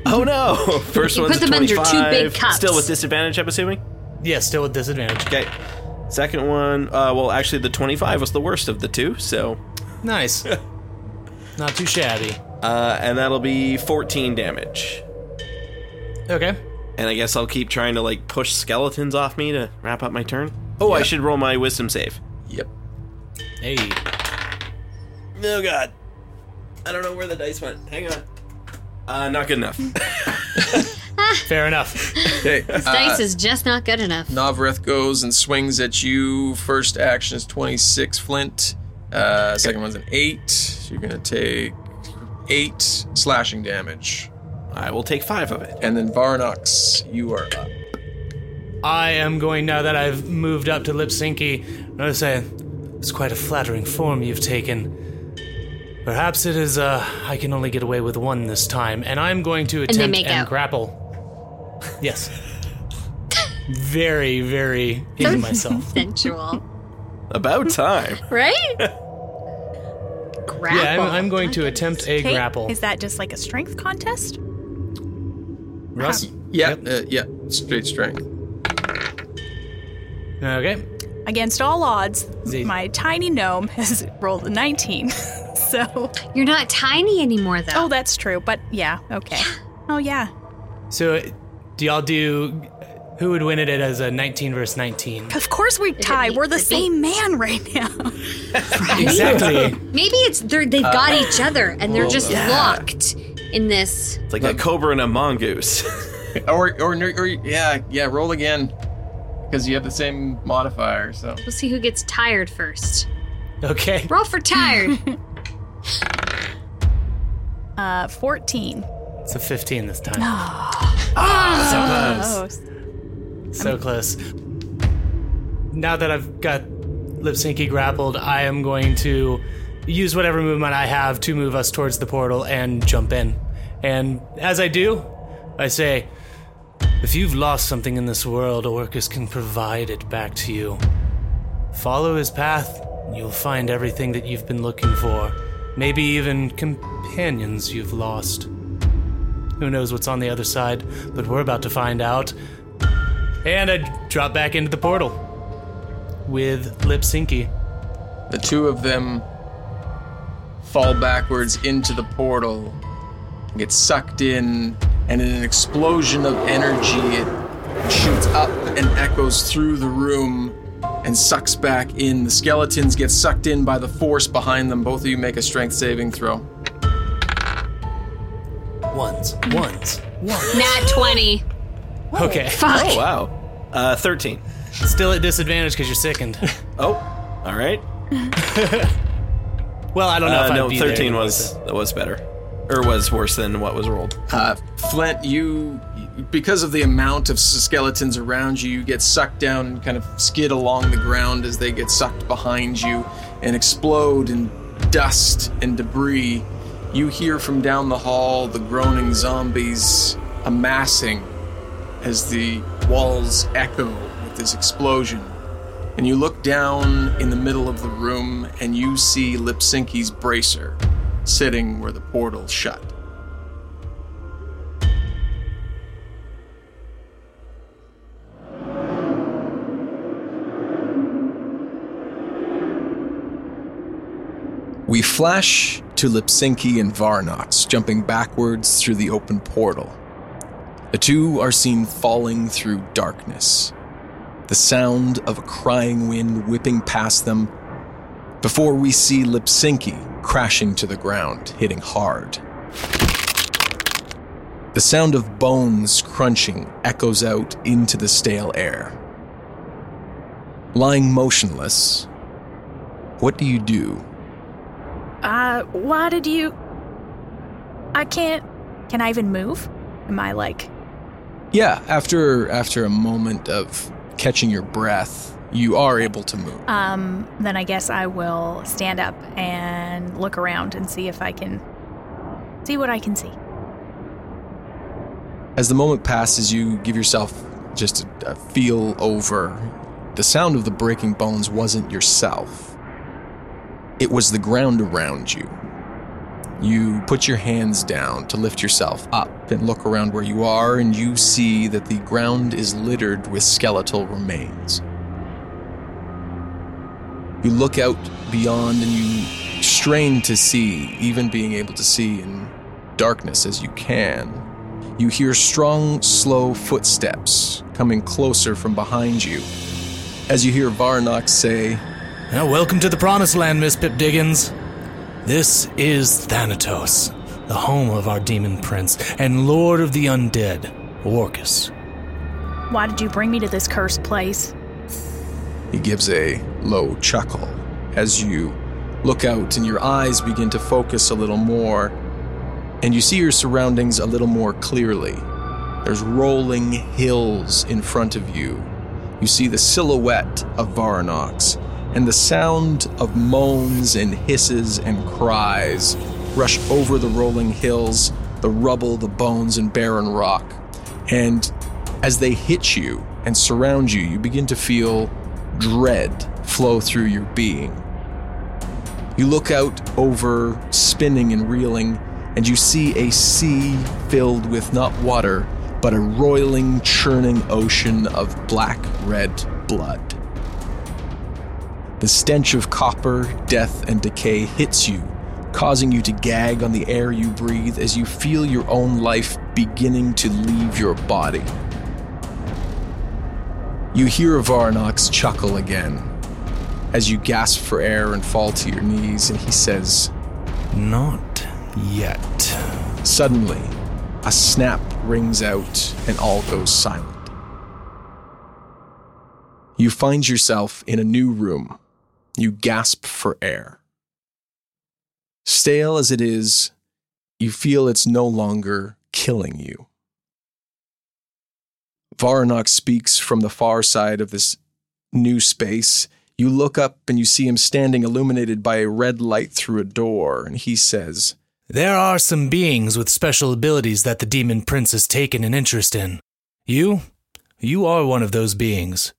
oh no! First You one's put a them under two big 25. cups. Still with disadvantage, I'm assuming? Yeah, still with disadvantage. Okay. Second one, uh, well, actually, the 25 was the worst of the two, so. Nice. Not too shabby. Uh, and that'll be 14 damage. Okay. And I guess I'll keep trying to, like, push skeletons off me to wrap up my turn. Oh, I should roll my wisdom save. Yep. Hey. Oh, God. I don't know where the dice went. Hang on. Uh, not good enough. Fair enough. Okay. This dice is just not good enough. Novreth goes and swings at you. First action is 26 flint. Uh, second one's an 8. So you're going to take 8 slashing damage. I will take 5 of it. And then Varnox, you are up. I am going now that I've moved up to Lipsinki. I'm gonna say it's quite a flattering form you've taken. Perhaps it is. Uh, I can only get away with one this time, and I'm going to And attempt they and, make out. grapple. Yes. very, very into myself. Sensual. About time. Right? Yeah, I'm, Grapple. I'm going to attempt a Kate, grapple. Is that just like a strength contest? Russ. Yeah, uh, yeah, straight strength. Okay. Against all odds, Z. my tiny gnome has rolled a 19. so, You're not tiny anymore, though. oh, that's true. But yeah, okay. Oh, yeah. So, uh, do y'all do? Who would win it as a 19 versus 19? Of course we tie. me? We're the Is it same man right now. Exactly. Maybe it's they're, they've got each other and they're just locked in this. It's like a cobra and a mongoose. Or, or, or, yeah, yeah, roll again. Because you have the same modifier, so. We'll see who gets tired first. Okay. Roll for tired. Uh, 14. It's a 15 this time. Oh, s- so close. Now that I've got Lipsinky grappled, I am going to use whatever movement I have to move us towards the portal and jump in. And as I do, I say, if you've lost something in this world, Orcus can provide it back to you. Follow his path, and you'll find everything that you've been looking for. Maybe even companions you've lost. Who knows what's on the other side, but we're about to find out. And I drop back into the portal with Lipsinki. The two of them fall backwards into the portal, get sucked in, and in an explosion of energy, it shoots up and echoes through the room and sucks back in. The skeletons get sucked in by the force behind them. Both of you make a strength saving throw. Ones, ones. Nat 20. Okay. Fuck. Oh, wow. Uh, 13. Still at disadvantage because you're sickened. Oh, all right. Well, I don't know Uh, if I'd no, be 13 there. was that was better. Or was worse than what was rolled. Uh, Flint, you, because of the amount of s- skeletons around you, you get sucked down and kind of skid along the ground as they get sucked behind you and explode in dust and debris. You hear from down the hall the groaning zombies amassing as the walls echo with this explosion. And you look down in the middle of the room and you see Lipsinki's bracer sitting where the portal shut. We flash to Lipsinki and Varnox jumping backwards through the open portal. The two are seen falling through darkness, the sound of a crying wind whipping past them before we see Lipsinki crashing to the ground, hitting hard. The sound of bones crunching echoes out into the stale air. Lying motionless, what do you do? uh, why did you. I can't. Can I even move? Am I like. Yeah, after after a moment of catching your breath, you are able to move. Um, then I guess I will stand up and look around and see if I can. See what I can see. As the moment passes, you give yourself just a, a feel over. The sound of the breaking bones wasn't yourself. It was the ground around you. You put your hands down to lift yourself up and look around where you are, and you see that the ground is littered with skeletal remains. You look out beyond and you strain to see, even being able to see in darkness as you can. You hear strong, slow footsteps coming closer from behind you. As you hear Varnock say, Now, welcome to the Promised Land, Miss Pip Diggins. This is Thanatos, the home of our demon prince and lord of the undead, Orcus. Why did you bring me to this cursed place? He gives a low chuckle as you look out and your eyes begin to focus a little more, and you see your surroundings a little more clearly. There's rolling hills in front of you. You see the silhouette of Varanox, and the sound of moans and hisses and cries rush over the rolling hills, the rubble, the bones, and barren rock. And as they hit you and surround you, you begin to feel dread flow through your being. You look out over, spinning and reeling, and you see a sea filled with not water, but a roiling, churning ocean of black red blood. The stench of copper, death, and decay hits you, causing you to gag on the air you breathe as you feel your own life beginning to leave your body. You hear Varnox chuckle again as you gasp for air and fall to your knees, and he says, Not yet. Suddenly, a snap rings out and all goes silent. You find yourself in a new room. You gasp for air. Stale as it is, you feel it's no longer killing you. Varanok speaks from the far side of this new space. You look up and you see him standing illuminated by a red light through a door, and he says, There are some beings with special abilities that the demon prince has taken an interest in. You? You are one of those beings.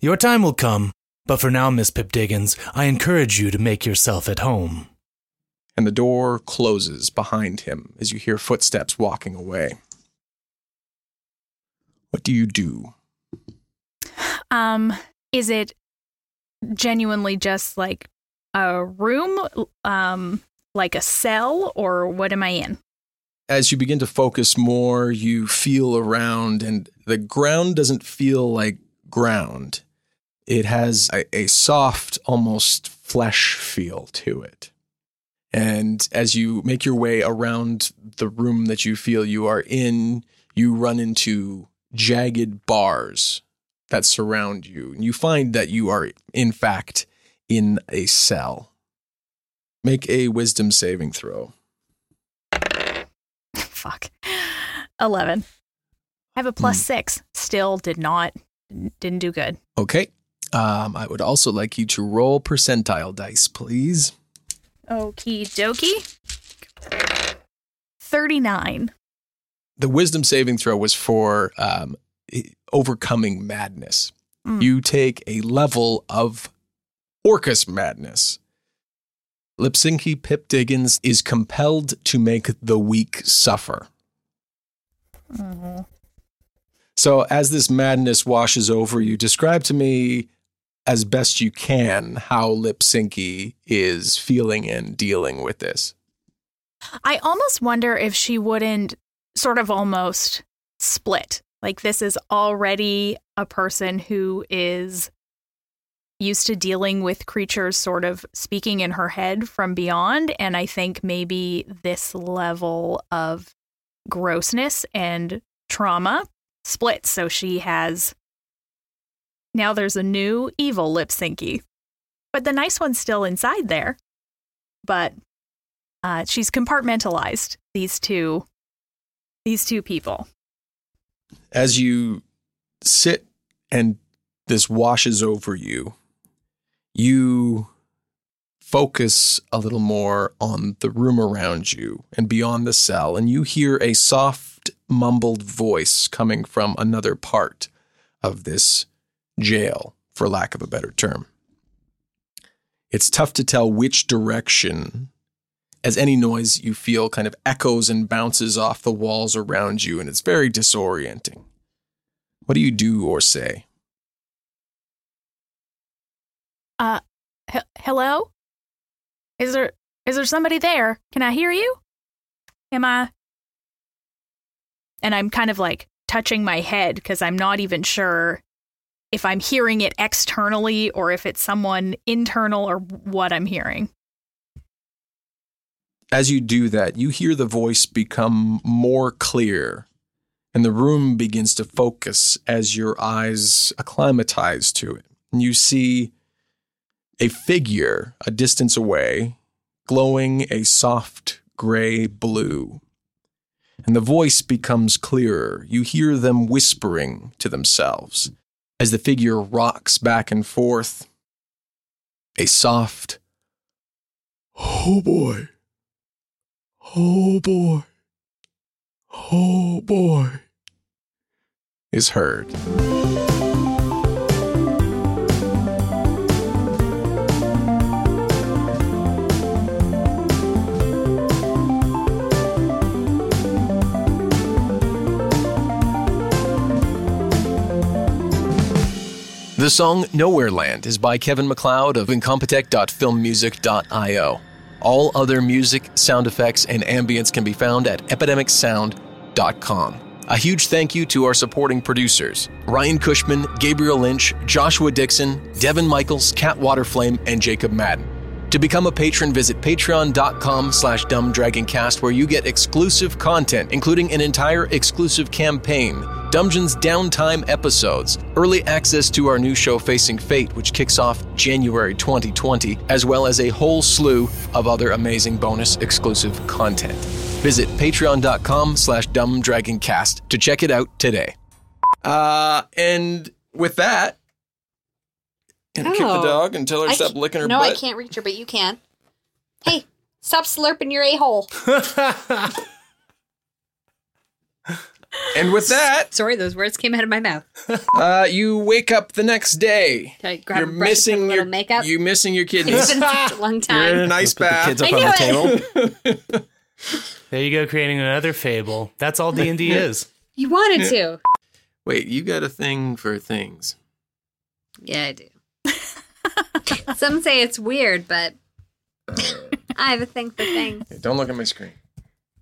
Your time will come, but for now, Miss Pip Diggins, I encourage you to make yourself at home. and the door closes behind him as you hear footsteps walking away. What do you do? Um, is it genuinely just like a room, um, like a cell, or what am I in? As you begin to focus more, you feel around, and the ground doesn't feel like ground. It has a, a soft, almost flesh feel to it. And as you make your way around the room that you feel you are in, you run into jagged bars that surround you. And you find that you are, in fact, in a cell. Make a wisdom saving throw. Fuck. 11. I have a plus six. Still did not, didn't do good. Okay. Um, I would also like you to roll percentile dice, please. Okie dokie. 39. The wisdom saving throw was for um, i- overcoming madness. Mm. You take a level of Orcus madness. Lipsinki Pip Diggins is compelled to make the weak suffer. Mhm. So, as this madness washes over you, describe to me as best you can how Lipsinki is feeling and dealing with this. I almost wonder if she wouldn't sort of almost split. Like, this is already a person who is used to dealing with creatures sort of speaking in her head from beyond. And I think maybe this level of grossness and trauma splits. So she has now there's a new evil lip syncy. But the nice one's still inside there. But uh, she's compartmentalized these two these two people as you sit and this washes over you, you focus a little more on the room around you and beyond the cell, and you hear a soft, mumbled voice coming from another part of this jail, for lack of a better term. It's tough to tell which direction as any noise you feel kind of echoes and bounces off the walls around you, and it's very disorienting. What do you do or say? uh He- hello? Is there is there somebody there? Can I hear you? Am I? And I'm kind of like touching my head because I'm not even sure if I'm hearing it externally or if it's someone internal or what I'm hearing. As you do that, you hear the voice become more clear and the room begins to focus as your eyes acclimatize to it. And you see a figure a distance away, glowing a soft gray blue. And the voice becomes clearer. You hear them whispering to themselves as the figure rocks back and forth. A soft, oh boy, oh boy, oh boy, is heard. The song Nowhere Land is by Kevin McLeod of incompetech.filmmusic.io. All other music, sound effects, and ambience can be found at epidemicsound.com. A huge thank you to our supporting producers Ryan Cushman, Gabriel Lynch, Joshua Dixon, Devin Michaels, Cat Waterflame, and Jacob Madden. To become a patron, visit patreon.com slash dumbdragoncast where you get exclusive content, including an entire exclusive campaign, Dungeon's downtime episodes, early access to our new show Facing Fate, which kicks off January 2020, as well as a whole slew of other amazing bonus exclusive content. Visit patreon.com slash dumbdragoncast to check it out today. Uh, and with that, gonna kick the Oh. dog and tell her I to stop ca- licking her no, butt. I can't reach her, but you can. Hey, stop slurping your a hole. And with that, Sorry, those words came out of my mouth. uh, you wake up the next day. Can I grab You're a brush and put missing a your little makeup? You missing your It's kidneys. been such a long time. You're in an ice bath. kids up I on knew the it. table. There you go, creating another fable. That's all D and D is. You wanted to. Wait, you got a thing for things. Yeah, I do. Some say it's weird, but I have a thing for things. Hey, don't look at my screen.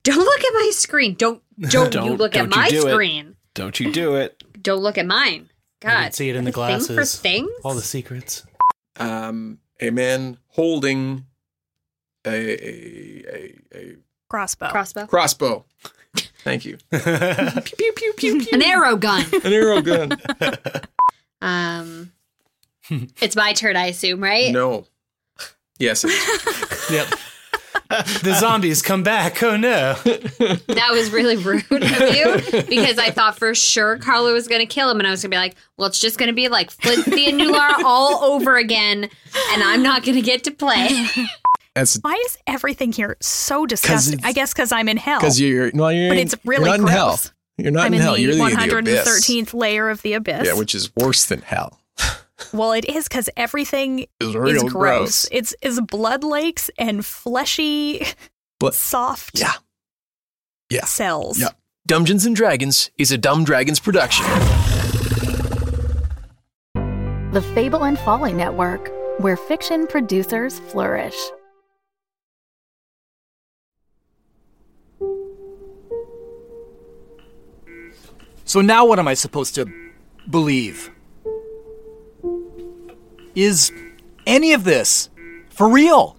Don't look at my screen. Don't don't, you Don't- look at don't you my do it. screen. Don't you do it. Don't look at mine. You can God, see it in the a glasses. Thing for things. All the secrets. Um, a man holding a a, a, Crossbow. a crossbow, crossbow. Thank you. an arrow gun. An arrow gun. Um, it's my turn, I assume, right? no. Yes. it is. Yep. the zombies come back. Oh no! That was really rude of you because I thought for sure Carlo was going to kill him, and I was going to be like, "Well, it's just going to be like Flintzy and Nular all over again, and I'm not going to get to play." That's Why is everything here so disgusting? it's- I guess because I'm in hell. because you're no, you're. But in- it's really you're not in hell. gross. You're not I'm in in hell. the you're in the abyss. 113th layer of the abyss. Yeah, which is worse than hell. well, it is because everything It's real is gross. gross. It's is blood lakes and fleshy, But soft yeah. Yeah. cells. Yeah. Dungeons and Dragons is a Dumb Dragons production. The Fable and Folly Network, where fiction producers flourish. So now what am I supposed to believe? Is any of this for real?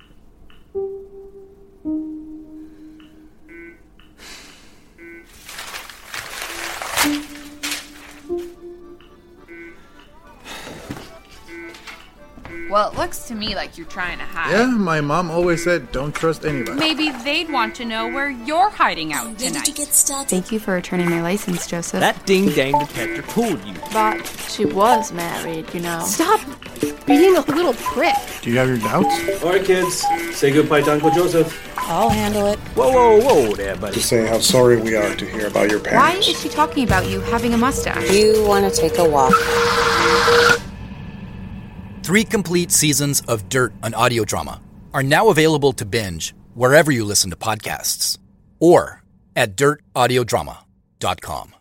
Well, it looks to me like you're trying to hide. Yeah, my mom always said, don't trust anybody. Maybe they'd want to know where you're hiding out tonight. Thank you for returning my license, Joseph. That ding dang detector pulled you. But she was married, you know. Stop being a little prick. Do you have your doubts? All right, kids, say goodbye to Uncle Joseph. I'll handle it. Whoa, whoa, whoa there, buddy. to say how sorry we are to hear about your Why parents. is she talking about you having a mustache? You want to take a walk. Three complete seasons of Dirt, an audio drama, are now available to binge wherever you listen to podcasts or at dirtaudiodrama.com.